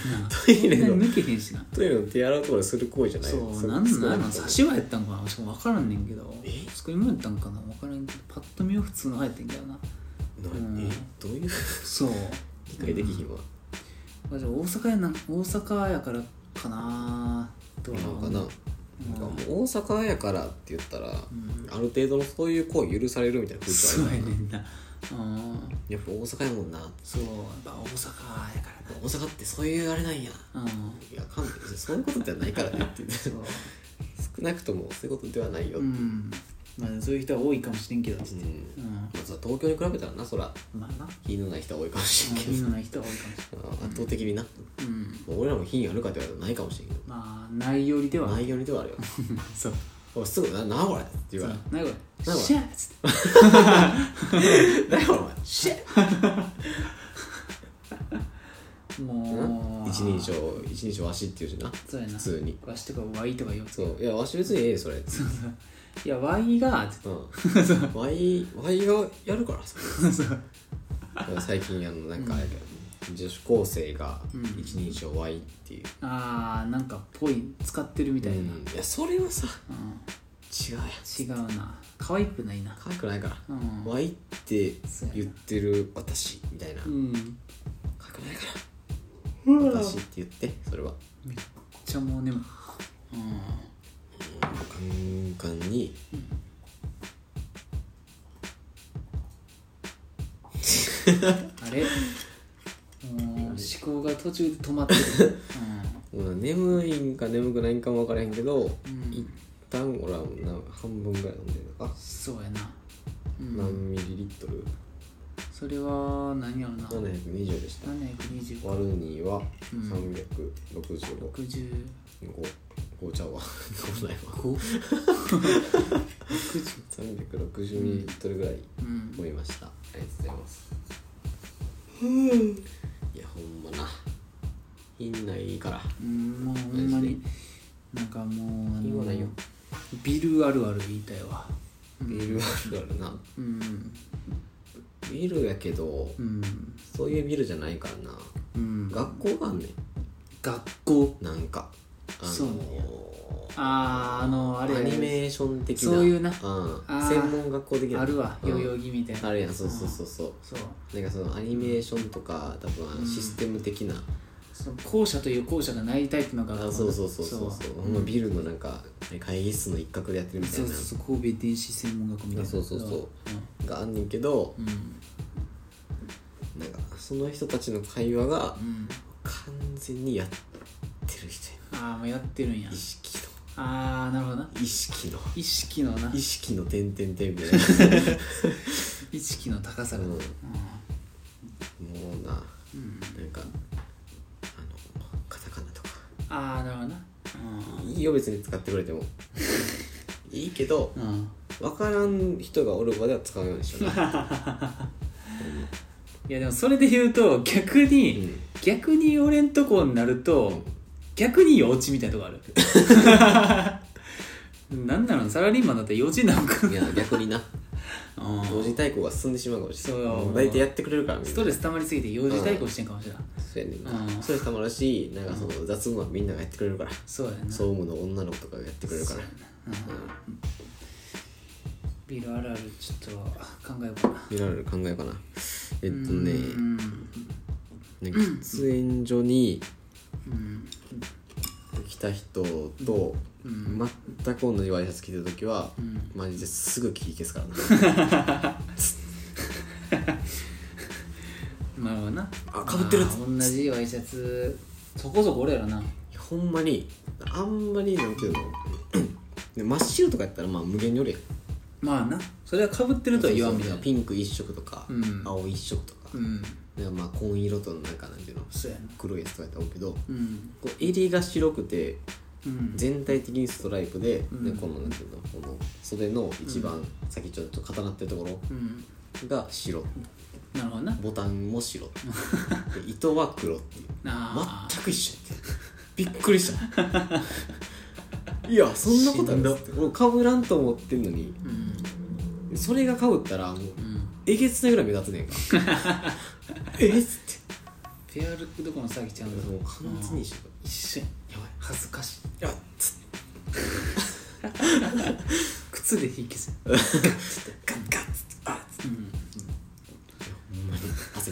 Speaker 1: トイレの
Speaker 2: そんなに抜けへんしな
Speaker 1: トイレの手洗うとかでする行為じゃない
Speaker 2: そうなんなんなん
Speaker 1: そ
Speaker 2: 差し歯やったんかなしかも分からんねんけど
Speaker 1: え
Speaker 2: 作り物やったんかな分からんけどパッと見は普通の歯やってんけどな
Speaker 1: な
Speaker 2: うん
Speaker 1: えどういう
Speaker 2: そう
Speaker 1: 理解できひんわ
Speaker 2: あじゃあ大阪やな大阪やからかなとは
Speaker 1: な
Speaker 2: 思
Speaker 1: ん
Speaker 2: う
Speaker 1: かな
Speaker 2: うん
Speaker 1: なんかもう大阪やからって言ったら
Speaker 2: ん
Speaker 1: ある程度のそういう行為許されるみたいな風
Speaker 2: そう
Speaker 1: 潮あ
Speaker 2: や
Speaker 1: る
Speaker 2: ね
Speaker 1: からなん
Speaker 2: なうん
Speaker 1: やっぱ大阪やもんな
Speaker 2: そうやっぱ大阪やか
Speaker 1: 大阪ってそういうあれなんや
Speaker 2: らなうん
Speaker 1: いや勘弁してそういうことではないからねっ て言って
Speaker 2: そう
Speaker 1: 少なくともそういうことではないよ、
Speaker 2: う
Speaker 1: うん
Speaker 2: んまあそういう人は多いかもしれんけどうんま
Speaker 1: まずは東京に比べたらなそら
Speaker 2: あな
Speaker 1: 品のない人は多いかもしれんけ
Speaker 2: 意味のない人は多いかもし
Speaker 1: ど、圧倒的にな、
Speaker 2: れんうん
Speaker 1: 俺らも品あるかって言われたらないかもしれんけど
Speaker 2: まあないよりでは
Speaker 1: 内容にではあるよ
Speaker 2: そう
Speaker 1: おいすぐ「ななこれ」って言われ
Speaker 2: ないこれ
Speaker 1: なこれ
Speaker 2: シャーっつって
Speaker 1: 「なこ れお前シェ
Speaker 2: もう
Speaker 1: 一人称一人称わしって言うしな
Speaker 2: そうやな
Speaker 1: 普通に
Speaker 2: わしとかわいとか言おう
Speaker 1: そういやわし別にええよそれ
Speaker 2: いやわいがつって
Speaker 1: うんワイワイがやるからそれ最近あのなんかあれだけど女子高生が
Speaker 2: うん
Speaker 1: 一人称ワイっていう、
Speaker 2: あーなんかぽい使ってるみたいな、うん
Speaker 1: いやそれはさ違うやん
Speaker 2: 違うな可愛くないな
Speaker 1: 可愛くないから
Speaker 2: うん、
Speaker 1: ワイって言ってる私みたいな
Speaker 2: うん、めっ
Speaker 1: 可愛くないから私って言ってそれは
Speaker 2: ちゃもうねも
Speaker 1: ガンガンに、
Speaker 2: あれもう思考が途中で止 まってる、
Speaker 1: もうな眠いんか眠くないんかも分からへんけど
Speaker 2: うんう
Speaker 1: 一
Speaker 2: ん、
Speaker 1: 旦俺はもうな半分ぐらい飲んでるのか、
Speaker 2: そうやな、うん、
Speaker 1: 何ミリリットル
Speaker 2: それは何やろな
Speaker 1: 720でした
Speaker 2: 720
Speaker 1: 割るには
Speaker 2: うん
Speaker 1: 365、
Speaker 2: 60
Speaker 1: 五五ちゃうわごめんなさいわ360ミリリットルぐらい
Speaker 2: うん
Speaker 1: 飲みました、ありがとうございますいやほんまな品ないから
Speaker 2: うんもうほんまになんかもうあ
Speaker 1: 言わ
Speaker 2: の
Speaker 1: ないよ
Speaker 2: ビルあるある言いたいわ
Speaker 1: ビールあるあるな
Speaker 2: うん
Speaker 1: ビールやけど
Speaker 2: うん
Speaker 1: そういうビールじゃないからな
Speaker 2: うん
Speaker 1: 学校があんね
Speaker 2: 学校
Speaker 1: んなんかあのー
Speaker 2: そうあああのあれ
Speaker 1: アニメーション的な
Speaker 2: そういうな
Speaker 1: うん、
Speaker 2: ー
Speaker 1: 専門学校的な
Speaker 2: あるわ
Speaker 1: うん
Speaker 2: 代々木みたいな
Speaker 1: あるやんそうそうそうそう
Speaker 2: そう
Speaker 1: なんかそのアニメーションとか多分あのシステム的な、
Speaker 2: その校舎という校舎がないタイプの学校
Speaker 1: あそうそうそうそうそうほんま
Speaker 2: ん
Speaker 1: ビルのなんか会議室の一角でやってるみたい
Speaker 2: そう
Speaker 1: な
Speaker 2: そうそう神戸電子専門学校みたいな
Speaker 1: そうそうそうがあんねんけど
Speaker 2: うんうん
Speaker 1: なんかその人たちの会話が
Speaker 2: うん
Speaker 1: 完全にやってる人や
Speaker 2: ああもうやってるんや
Speaker 1: 意識の
Speaker 2: ああなるほどな
Speaker 1: 意識の
Speaker 2: 意識のな
Speaker 1: 意識の点々点みたいな
Speaker 2: 意識の高さが、
Speaker 1: う
Speaker 2: うんんああなるほどない
Speaker 1: いよ別に使ってくれ てもいいけど
Speaker 2: うん、うん、
Speaker 1: 分からん人がおる場では使うようにしようね、
Speaker 2: いやでもそれで言うと逆
Speaker 1: う
Speaker 2: に、
Speaker 1: ん、
Speaker 2: 逆に俺んとこになると、逆に幼稚みたいなとこある なんなのサラリーマンだったら幼稚なんか
Speaker 1: いや逆にな
Speaker 2: うん
Speaker 1: 同時対抗が進んでしまうかもしれない
Speaker 2: そう
Speaker 1: 大体やってくれるからみんな
Speaker 2: ストレス溜まりすぎて幼児対抗してんかもしれない
Speaker 1: そうやねんな
Speaker 2: うん
Speaker 1: ストレスたまるしなんかその雑務はみんながやってくれるから
Speaker 2: そうやな
Speaker 1: 総務の女の子とかがやってくれるから
Speaker 2: そうやなうんビールあるあるちょっと考えようかな
Speaker 1: 見られる考えようかなえっとね
Speaker 2: うん
Speaker 1: なんか喫煙所に
Speaker 2: うん
Speaker 1: 来た人と
Speaker 2: うん
Speaker 1: 全く同じワイシャツ着てる時は
Speaker 2: うん
Speaker 1: マジですぐ切り消すからな
Speaker 2: なるほどな
Speaker 1: あ被ってる
Speaker 2: あー同じワイシャツそこそこ俺やろな
Speaker 1: ほんまにあんまりなんていうの で真っ白とかやったらまあ無限におるやん
Speaker 2: まあなそれはかぶってるとは言わんみたいな
Speaker 1: ピンク一色とか、
Speaker 2: うん
Speaker 1: 青一色とか
Speaker 2: う、ん
Speaker 1: でまあ紺色となんかなんていうの
Speaker 2: そうやな
Speaker 1: 黒いやつとかやったら多いけど
Speaker 2: うん
Speaker 1: こう襟が白くて
Speaker 2: うん
Speaker 1: 全体的にストライプで,、
Speaker 2: うん
Speaker 1: でこのなんていうのこの袖の一番先ちょっと固なってるところ
Speaker 2: うん
Speaker 1: が白
Speaker 2: なるほどな
Speaker 1: ボタンも 白で糸は黒っていう
Speaker 2: あ
Speaker 1: 全く一緒やってびっくりしたいやそんなことある
Speaker 2: しんど
Speaker 1: っつってもうかぶらんと思ってんのに
Speaker 2: ーうん
Speaker 1: それがかぶったらもう
Speaker 2: うん
Speaker 1: えげつないぐらい目立つねんか えっつって
Speaker 2: ペアルックどこの詐欺ちゃんと
Speaker 1: もう完全に一緒
Speaker 2: 一緒やん
Speaker 1: やばい
Speaker 2: 恥ずかしい
Speaker 1: やばいっつって
Speaker 2: 靴で引きずる
Speaker 1: ガッガッつってあっつって
Speaker 2: うん
Speaker 1: いやほんまに焦っ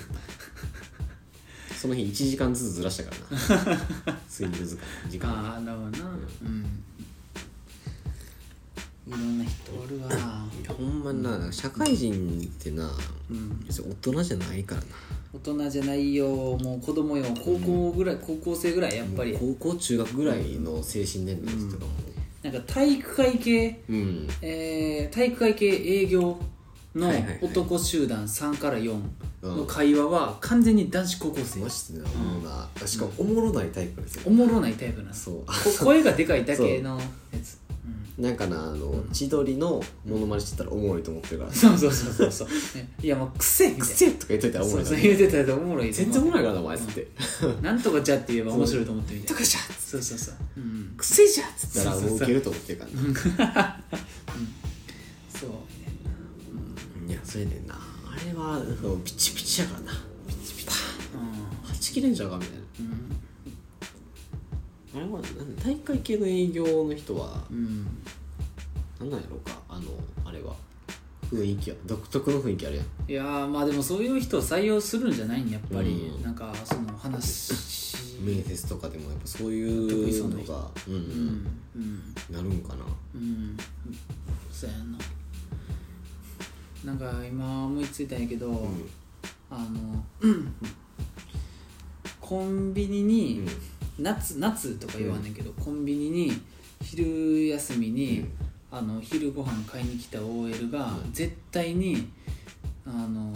Speaker 1: たその日1時間ずつずらしたからな睡眠時間時間
Speaker 2: ああなるほどなうんいろんな人おるわ
Speaker 1: いやほんまにななんか社会人ってな
Speaker 2: うん
Speaker 1: 別に大人じゃないからな
Speaker 2: 大人じゃないよもう子供よ高校ぐらい高校生ぐらいやっぱり
Speaker 1: もう高校中学ぐらいの精神年齢の人とかも
Speaker 2: なんか体育会系
Speaker 1: うん、
Speaker 2: えー体育会系営業の
Speaker 1: はいはいはい
Speaker 2: 男集団3から4
Speaker 1: うん
Speaker 2: の会話は完全に男子高校生
Speaker 1: マジでな、もうなしかもおもろないタイプです
Speaker 2: お
Speaker 1: よ、
Speaker 2: もろないタイプなんで す
Speaker 1: そう
Speaker 2: こ声がでかいだけのやつうん
Speaker 1: なんかなあの、千鳥のモノマネしてたらおもろいと思ってるから
Speaker 2: そうそうそうそうそう。ねいやもう癖
Speaker 1: 「
Speaker 2: み
Speaker 1: く
Speaker 2: たい
Speaker 1: せ!」
Speaker 2: な。
Speaker 1: とか言っといたらおも
Speaker 2: そ
Speaker 1: ろ
Speaker 2: う
Speaker 1: い
Speaker 2: そう
Speaker 1: な
Speaker 2: 言うてたらおもろい。
Speaker 1: 全然おもろいからなお前っつって
Speaker 2: うんなんとかじゃって言えば面白いと思ってみ
Speaker 1: 「と
Speaker 2: たい
Speaker 1: か
Speaker 2: な。
Speaker 1: じゃ!」っ
Speaker 2: そうそうそう。うん
Speaker 1: 「く。せじゃ!」っつったら
Speaker 2: そうそう
Speaker 1: も
Speaker 2: そう
Speaker 1: うウケると思ってるからな
Speaker 2: そう。
Speaker 1: いやそうやねんなあれはなんかピチピチやからなピチピチ
Speaker 2: う。
Speaker 1: はち切れんじゃうかみたいなん
Speaker 2: うん。
Speaker 1: あれはなんで大会系の営業の人は
Speaker 2: うん。
Speaker 1: なんなんやろうかあのあれは雰囲気は独特の雰囲気あるやん
Speaker 2: いやーまあでもそういう人を採用するんじゃないんやっぱり、
Speaker 1: うん
Speaker 2: なんかその話
Speaker 1: 面接とかでもやっぱそうい
Speaker 2: 得意
Speaker 1: う
Speaker 2: そうな
Speaker 1: の
Speaker 2: 人
Speaker 1: がうん、う、
Speaker 2: うんんうん
Speaker 1: なるんかな
Speaker 2: うんそうやんななんか今思いついたんやけど、
Speaker 1: うん
Speaker 2: あの、コンビニに、
Speaker 1: うん
Speaker 2: 夏夏とか言わんねんけど、コンビニに昼休みに、
Speaker 1: うん
Speaker 2: あの昼ご飯買いに来た OL が、
Speaker 1: うん
Speaker 2: 絶対にあの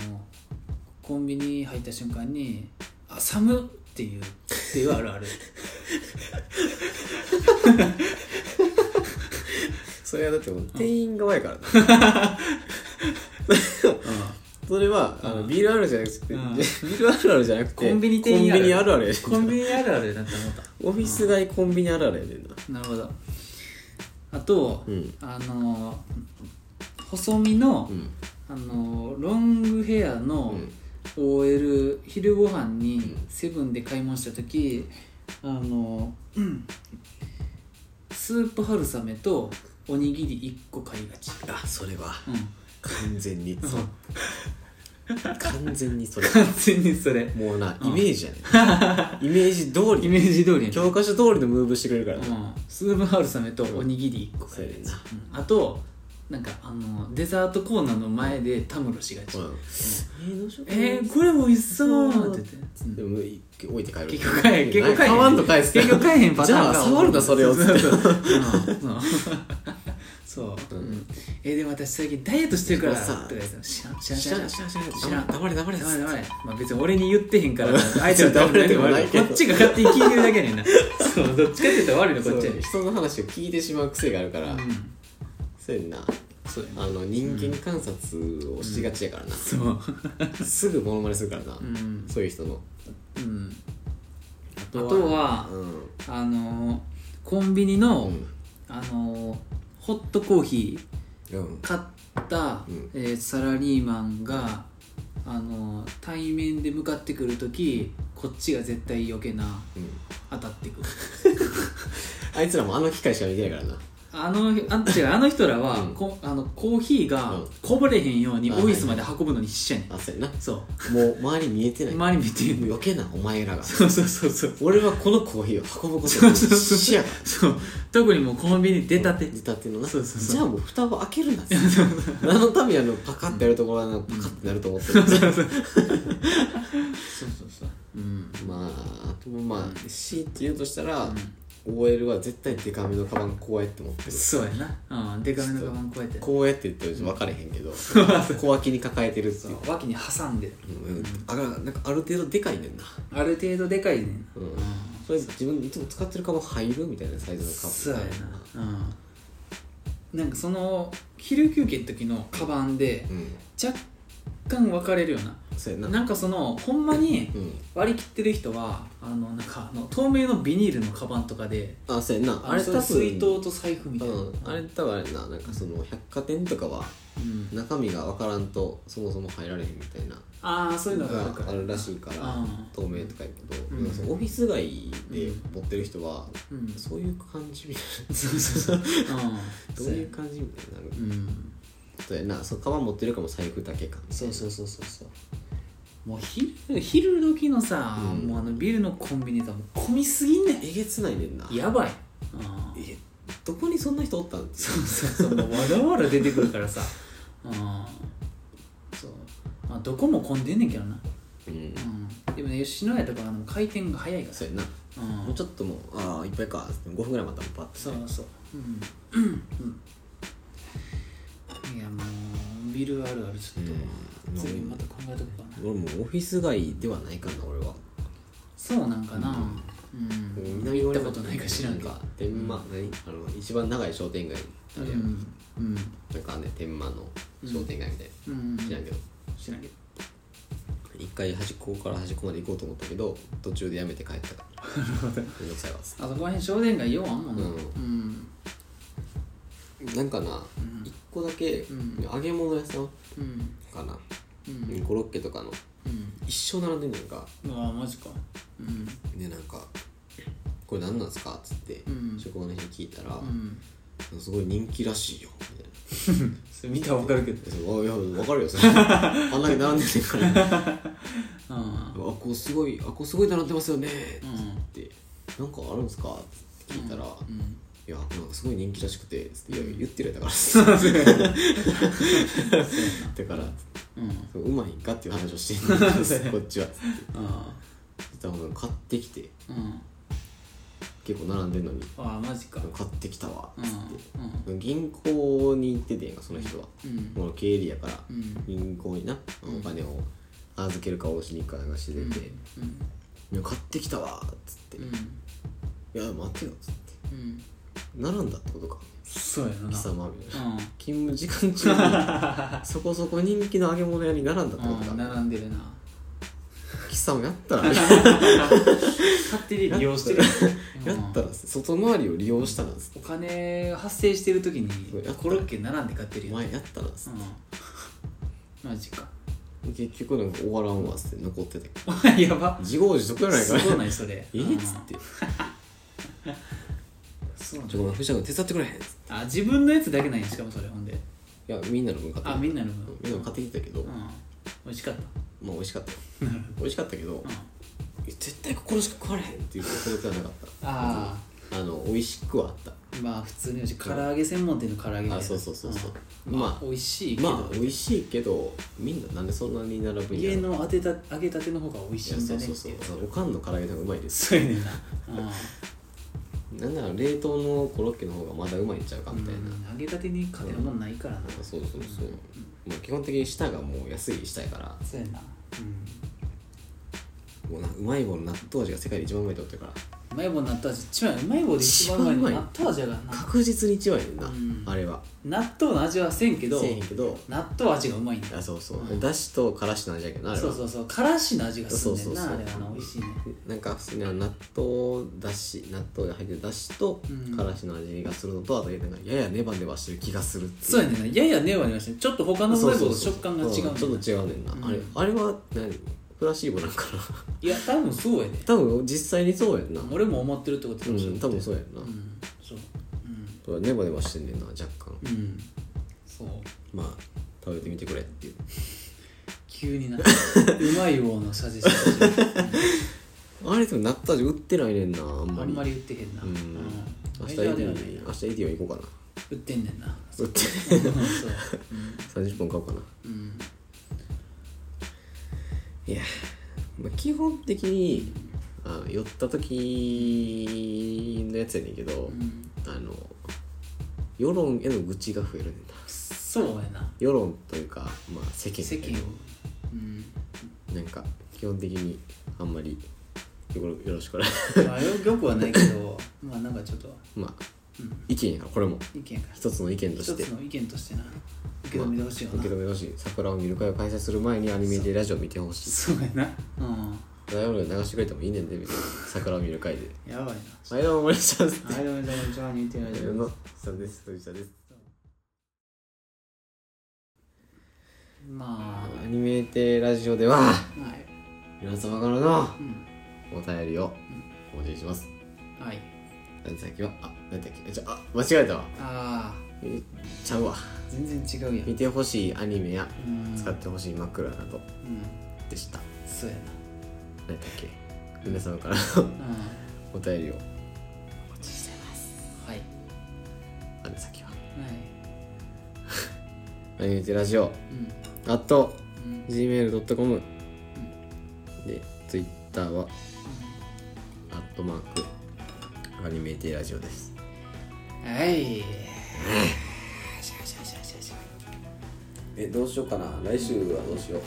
Speaker 2: コンビニ入った瞬間に「あ寒っ!」っていうっていうあるある
Speaker 1: それはだってもう店員側やからな
Speaker 2: う
Speaker 1: それはあのビールあるじゃなくて、
Speaker 2: うん
Speaker 1: ビールあるあるじゃなくて
Speaker 2: コンビニ店員あ
Speaker 1: コ
Speaker 2: る
Speaker 1: ンビニあるあるやねん
Speaker 2: んコンビニあるあるだって思った
Speaker 1: オフィス街コンビニあるあるやねんな
Speaker 2: なるほどあと、
Speaker 1: うん
Speaker 2: あの細身の、
Speaker 1: うん
Speaker 2: あのロングヘアの
Speaker 1: うん
Speaker 2: OL、昼ご飯に
Speaker 1: うん
Speaker 2: セブンで買い物した時あの、うんスープ春雨とおにぎり1個買いがち、
Speaker 1: あそれは
Speaker 2: うん、
Speaker 1: 完全に
Speaker 2: そう
Speaker 1: 完全にそれ
Speaker 2: 完全にそれ
Speaker 1: もうな
Speaker 2: うん
Speaker 1: イメージやね、イメージ通
Speaker 2: イ
Speaker 1: り
Speaker 2: メージ通りやね
Speaker 1: 教科書通りのムーブしてくれるから
Speaker 2: う
Speaker 1: な、
Speaker 2: ん、スープ春雨とおにぎり1個買いがち、うんあとなんかあのデザートコーナーの前でたむろしがち、
Speaker 1: うんえー、どうしようかな
Speaker 2: えー、これも美味しそうって言って、うん
Speaker 1: でもい置いて帰る
Speaker 2: 結局買えへん結局買えへ
Speaker 1: 買
Speaker 2: ん
Speaker 1: わんと返す
Speaker 2: 結局買えへんパターン
Speaker 1: じゃあ触るなそれを
Speaker 2: そうそうそううんそうそう、
Speaker 1: うん
Speaker 2: うんえでも私最近ダイエットしてるから
Speaker 1: でもさ
Speaker 2: とか言ってた知らん知らん知
Speaker 1: 知
Speaker 2: ら
Speaker 1: ら
Speaker 2: ん
Speaker 1: ん知らん知らん
Speaker 2: 知らん
Speaker 1: 黙れ黙れ
Speaker 2: 黙れ黙れまあ別に俺に言ってへんから 相手
Speaker 1: 別
Speaker 2: は
Speaker 1: に黙
Speaker 2: 黙れ
Speaker 1: れ
Speaker 2: で
Speaker 1: で
Speaker 2: も
Speaker 1: も
Speaker 2: な
Speaker 1: ないい
Speaker 2: け
Speaker 1: け
Speaker 2: ど
Speaker 1: ど
Speaker 2: こっちが勝手に聞いてるだけやねんなそうどっちかって言ったら悪いのこっちやねん
Speaker 1: 人の話を聞いてしまう癖があるから、
Speaker 2: うん
Speaker 1: そうやんな
Speaker 2: そうやな
Speaker 1: あの人間観察をしがちやからな、
Speaker 2: そう
Speaker 1: すぐモノマネするからな、
Speaker 2: うん
Speaker 1: そういう人の
Speaker 2: うんあとは
Speaker 1: うん
Speaker 2: あのーコンビニの、
Speaker 1: うん
Speaker 2: あのーホットコーヒ
Speaker 1: うん
Speaker 2: ー買った、
Speaker 1: うん
Speaker 2: えーサラリーマンが、あのー対面で向かってくる時こっちが絶対余計な
Speaker 1: うん
Speaker 2: 当たってくる
Speaker 1: あいつらもあの機械しか見てないからな
Speaker 2: あのあ違うあの人らは、
Speaker 1: うん
Speaker 2: こあのコーヒーが
Speaker 1: うん
Speaker 2: こぼれへんように
Speaker 1: あ
Speaker 2: オフィスまで運ぶのに必死やねん、
Speaker 1: あそうやな
Speaker 2: そ
Speaker 1: もう周り見えてな
Speaker 2: う
Speaker 1: い
Speaker 2: 周り見てん
Speaker 1: も
Speaker 2: の
Speaker 1: う余計なお前らが
Speaker 2: そうそうそうそう
Speaker 1: 俺はこのコーヒーを運ぶことに必死 やから
Speaker 2: そう特にもうコンビニ出たて
Speaker 1: 出たてのな
Speaker 2: そうそうそう
Speaker 1: じゃあもう蓋を開けるな 何のためにあのパカッてやるところはなパカッてなると思ってる、
Speaker 2: そうそうそううん
Speaker 1: まああとまあ C って言うとしたら、OL は絶対デカめのカバンこうやって持ってる
Speaker 2: そうやな、うん、でかめのカバンこうやって
Speaker 1: こうやって言ってる分からへん けど小脇に抱えてるって
Speaker 2: そ
Speaker 1: いう
Speaker 2: う脇に挟んで
Speaker 1: うんうんあらなんかある程度でかいねんな
Speaker 2: ある程度でかいねん
Speaker 1: うんそれ自分いつも使ってるカバン入るみたいなサイズのカバン
Speaker 2: そうやなうんなんかその昼休憩の時のカバンで
Speaker 1: うん
Speaker 2: 若干分かれるよな
Speaker 1: そうやな
Speaker 2: なんかそのほんまに
Speaker 1: うん
Speaker 2: 割り切ってる人はあのなんかあの透明のビニールのカバンとかで
Speaker 1: あそうやなあれ
Speaker 2: そ
Speaker 1: 多
Speaker 2: の
Speaker 1: 分
Speaker 2: 水筒と財布みたいな、
Speaker 1: うんあれ多分あれななんかその百貨店とかは
Speaker 2: うん
Speaker 1: 中身が分からんとそもそも入られへんみたいな
Speaker 2: ああそういうのがあるから
Speaker 1: あるらしいから
Speaker 2: あー
Speaker 1: 透明とかやけど、
Speaker 2: うん
Speaker 1: でもそのオフィス街で持ってる人は、
Speaker 2: うん
Speaker 1: そういう感じみたい
Speaker 2: そうそうそ ううん
Speaker 1: などういう感じみたいになる
Speaker 2: うん
Speaker 1: そうやなそのカバン持ってるかも財布だけか
Speaker 2: そうそうそうそうそうもう昼昼時のさ、
Speaker 1: うん
Speaker 2: もうあのビルのコンビニとかもう混みすぎんね
Speaker 1: えげつないねんなん
Speaker 2: やばい、うん、
Speaker 1: えどこにそんな人おったん
Speaker 2: そうそうそうもうわらわら出てくるからさ、うん、そうまあどこも混んでんねんけどな、
Speaker 1: うん
Speaker 2: うん、でもね吉野家とかあの回転が早いから
Speaker 1: そ
Speaker 2: さ
Speaker 1: うやな、
Speaker 2: うん
Speaker 1: もうちょっともうああいっぱいか5分ぐらい待ったらパッて
Speaker 2: そうそううんうんいやもうビルあるあるちょっと、
Speaker 1: うん
Speaker 2: 次また考えとこうかな
Speaker 1: 俺もうオフィス街ではないかな俺は
Speaker 2: そうなんかなうん、行ったことないか知らんけど
Speaker 1: か天満何あの一番長い商店街あれやん
Speaker 2: うん
Speaker 1: なんかね天満の商店街みたいな、
Speaker 2: うん
Speaker 1: 知らんけど
Speaker 2: 知らんけど
Speaker 1: 一回端っこから端っこまで行こうと思ったけど途中でやめて帰ったからめんどくさいわ
Speaker 2: あそこら辺商店街ようあんもんな
Speaker 1: うん
Speaker 2: うん
Speaker 1: なんかな
Speaker 2: うん
Speaker 1: 一個だけ
Speaker 2: ん
Speaker 1: 揚げ物屋さん
Speaker 2: うん
Speaker 1: かな、
Speaker 2: うん
Speaker 1: コロッケとかの
Speaker 2: うん
Speaker 1: 一生並んでんねんか
Speaker 2: うわマジかうん
Speaker 1: でなんか「これ何なんですか?」っつって、
Speaker 2: うん
Speaker 1: 職場の人に聞いたら
Speaker 2: う、ん
Speaker 1: すごい人気らしいよ」みたいな
Speaker 2: それ見たらわかるけど
Speaker 1: でそう「あいや分かるよそれ あんだけ並んでんねんから」あ
Speaker 2: うん
Speaker 1: こうすごいあこうすごい並んでますよね」
Speaker 2: う
Speaker 1: っ
Speaker 2: ん
Speaker 1: て「なんかあるんですか?」って聞いたら「
Speaker 2: うん
Speaker 1: いやなんかすごい人気らしくて」つって「いや言ってるやだから」だから
Speaker 2: うん
Speaker 1: そううまいんかっていう話をしてんねんこっちは
Speaker 2: あ
Speaker 1: 多分買ってきて
Speaker 2: ーうん
Speaker 1: 結構並んでんのに
Speaker 2: あーマジか
Speaker 1: 買ってきたわ
Speaker 2: う
Speaker 1: っ
Speaker 2: ん
Speaker 1: つって、銀行に行っててんかその人は、
Speaker 2: うんうん
Speaker 1: もう経理やから、
Speaker 2: うん
Speaker 1: 銀行にな
Speaker 2: うん
Speaker 1: お金を預けるか下ろしに行くかなんかしてて、
Speaker 2: うん
Speaker 1: いや買ってきたわっつって、
Speaker 2: う
Speaker 1: い
Speaker 2: ん
Speaker 1: や待てよっつって
Speaker 2: うん
Speaker 1: 並んだってことか
Speaker 2: そうやろ
Speaker 1: 貴
Speaker 2: な
Speaker 1: 様みたいな
Speaker 2: うん
Speaker 1: 勤務時間中 にそこそこ人気の揚げ物屋に並んだってこと
Speaker 2: う
Speaker 1: か
Speaker 2: ん並んでるな
Speaker 1: 貴様やったらや
Speaker 2: 勝手に利用 してる
Speaker 1: ったら外回りを利用したなんです
Speaker 2: お金発生してる時
Speaker 1: そうやったら
Speaker 2: にコロッケ並んで買ってる
Speaker 1: お
Speaker 2: よ、
Speaker 1: 前やったなんです
Speaker 2: うん、マジか
Speaker 1: 結局なんか終わらんわっつって残ってて
Speaker 2: お前やば
Speaker 1: 自業自得やない
Speaker 2: す
Speaker 1: かい
Speaker 2: ごないそれ
Speaker 1: え
Speaker 2: う
Speaker 1: っ
Speaker 2: ん
Speaker 1: つって
Speaker 2: そうなん
Speaker 1: ちょ、ごめん、藤田君手伝ってくれへんっつっ
Speaker 2: あ自分のやつだけなんやしかもそれほんで
Speaker 1: て。いや、みんなの分買ってきた
Speaker 2: あみんなの分
Speaker 1: うみんなの買ってきたけど、
Speaker 2: うん美味しかった
Speaker 1: まあ、美味しかったよ。美味しかったけど、
Speaker 2: うん
Speaker 1: 絶対ここしか食われへんっていうことではなかっ
Speaker 2: あ
Speaker 1: た。あの、美味しくはあった。
Speaker 2: あまあ普通にし唐揚げ専門店の唐揚げみたいな
Speaker 1: あ、そうそうそうそう。
Speaker 2: んま
Speaker 1: ま
Speaker 2: あ美味しい
Speaker 1: あ、
Speaker 2: けど、
Speaker 1: まあ、美味しいけど、みんななんでそんなに並ぶんや
Speaker 2: 家
Speaker 1: ろ。
Speaker 2: の当てた揚げたての方が美味
Speaker 1: い
Speaker 2: しい
Speaker 1: や
Speaker 2: ん
Speaker 1: そ
Speaker 2: だ
Speaker 1: う
Speaker 2: ねって
Speaker 1: そ
Speaker 2: いう
Speaker 1: そうおかんの唐揚げの方がうまいです
Speaker 2: そうやねんな、うん、
Speaker 1: なんなら冷凍のコロッケの方がまだうまいんちゃうかみたいな、
Speaker 2: 揚げたてに勝てるもんないからな、
Speaker 1: そうそうそう、まあ、基本的に舌がもう安い舌やから
Speaker 2: そうやなうん
Speaker 1: もうなうまい棒の納豆味が世界で一番うまいと思ってるから
Speaker 2: うまい棒納豆味違ううまい棒で一番うまいの
Speaker 1: 一番うまい
Speaker 2: 納豆味やからな
Speaker 1: 確実に一番やねんな、
Speaker 2: うん
Speaker 1: あれは
Speaker 2: 納豆の味はせんけど
Speaker 1: せえへんけど
Speaker 2: 納豆味がうまいんだ
Speaker 1: あそうそう、
Speaker 2: うん
Speaker 1: だしとからしの味やけどなあれは
Speaker 2: そうそうそうからしの味がすんねんな
Speaker 1: そうそうそう
Speaker 2: あれはな美味しいね
Speaker 1: なんか普通には納豆だし納豆が入ってるだしと
Speaker 2: うん
Speaker 1: からしの味がするのと、あとなんかややネバネバしてる気がするってい
Speaker 2: そうやねんなややねはありましたねちょっと他のうまい棒と食感が違うねんな
Speaker 1: ちょっと違うねんな、
Speaker 2: うん
Speaker 1: あれあれは何プラシーボなんかな
Speaker 2: いや多分そうやね
Speaker 1: 多分実際にそうやんな
Speaker 2: 俺も思ってるってことか
Speaker 1: う
Speaker 2: もしれなんい
Speaker 1: 多分そうやんな
Speaker 2: う、んそう
Speaker 1: ネバネバしてんねんな若干
Speaker 2: うんうんそう
Speaker 1: まあ食べてみてくれっていう
Speaker 2: 急になうまい棒のサジェス ト
Speaker 1: あれでも納豆味売ってないねんなあんま
Speaker 2: あ
Speaker 1: り
Speaker 2: んまり売ってへんな
Speaker 1: うん
Speaker 2: うん
Speaker 1: 明
Speaker 2: メ
Speaker 1: 日
Speaker 2: ジ
Speaker 1: エデ
Speaker 2: ャーでは
Speaker 1: ィオ
Speaker 2: ない
Speaker 1: ン
Speaker 2: な
Speaker 1: 明日エディオン行こうか
Speaker 2: 売ってんねんな
Speaker 1: な売 って
Speaker 2: そううん
Speaker 1: 30本買おうかな
Speaker 2: うん
Speaker 1: いや、まあ、基本的にあの寄った時のやつやねんけど、
Speaker 2: うん
Speaker 1: あの世論への愚痴が増えるねんな
Speaker 2: そうやな
Speaker 1: 世論というか、まあ、世間
Speaker 2: 世間をうん
Speaker 1: なんか基本的にあんまりよろよろしくない
Speaker 2: まあよよくはないけど まあなんかちょっと
Speaker 1: まあ
Speaker 2: うん
Speaker 1: 意見やからこれも
Speaker 2: 意見やから
Speaker 1: 一つの意見と
Speaker 2: 一
Speaker 1: して
Speaker 2: つの意見としてな受け止めてほしいよ
Speaker 1: 受
Speaker 2: な
Speaker 1: け止めてほしい桜を見る会を開催する前にアニメでラジオ見てほしい
Speaker 2: そうやなうん
Speaker 1: 大音量流してくれてもいいねんで別に桜を見る会で
Speaker 2: やばいな
Speaker 1: はいどうも森下です
Speaker 2: はいどうもどうもジョアニーティラジオ
Speaker 1: 下です藤田です
Speaker 2: ま
Speaker 1: アニメテラジオでは
Speaker 2: あはい
Speaker 1: 皆様からの
Speaker 2: うん
Speaker 1: お便りをお待ちします
Speaker 2: はい
Speaker 1: 何先はあ何だっけじゃああ間違えたわ
Speaker 2: あ
Speaker 1: えちゃうわ
Speaker 2: あ全然違うやん
Speaker 1: 見てほしいアニメや
Speaker 2: うん
Speaker 1: 使ってほしい枕など
Speaker 2: うん
Speaker 1: でした
Speaker 2: そうや
Speaker 1: 何だっけ皆様からの
Speaker 2: なうん
Speaker 1: お便りをお待ちしてます
Speaker 2: はいはい
Speaker 1: 何先はアニメテラジオ
Speaker 2: うん
Speaker 1: あと
Speaker 2: うん
Speaker 1: gmail.com で Twitter はアットマークアニメーテイラジオです
Speaker 2: はい
Speaker 1: えどうしようかな来週はどうしよう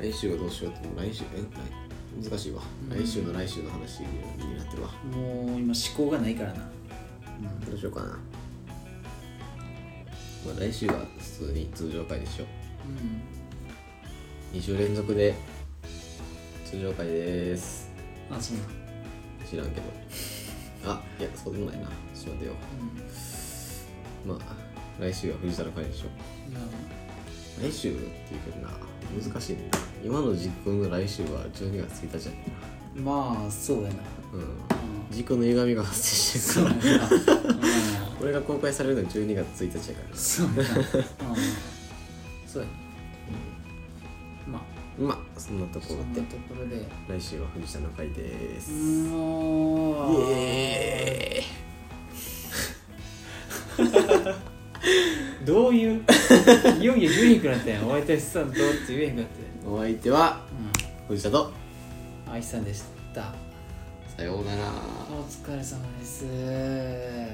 Speaker 1: 来週はどうしようってもう来週え来難しいわ、
Speaker 2: うん
Speaker 1: 来週の来週の話になってるわ
Speaker 2: うんもう今思考がないからな
Speaker 1: どうしようかな、まあ、来週は普通に通常回でしょ
Speaker 2: うん
Speaker 1: 2週連続で通常回です
Speaker 2: あそうな
Speaker 1: 知らんけどあいやそうでもないなちょっと待てよまあ来週は藤田の回でしょ
Speaker 2: うんな
Speaker 1: 来週っていうふうな難しいね今の実行の来週は12月1日やねんな
Speaker 2: まあそうやな
Speaker 1: うん
Speaker 2: うん
Speaker 1: 実行の歪みが発生して
Speaker 2: そう
Speaker 1: る
Speaker 2: や
Speaker 1: か
Speaker 2: な
Speaker 1: ら これが公開されるのは12月1日やから
Speaker 2: そうやなうんそうやなまあ
Speaker 1: まあそんなとこ
Speaker 2: そ
Speaker 1: ろ
Speaker 2: んな
Speaker 1: で
Speaker 2: ところで
Speaker 1: 来週は藤田の回です
Speaker 2: も
Speaker 1: イ
Speaker 2: う
Speaker 1: エ
Speaker 2: どういう いよいよ言えへんくなったやんお相手さんとって言えへんくなったや
Speaker 1: ーイお相手は
Speaker 2: ん
Speaker 1: 藤田と
Speaker 2: うん愛さんでした
Speaker 1: さようなら
Speaker 2: お疲れ様です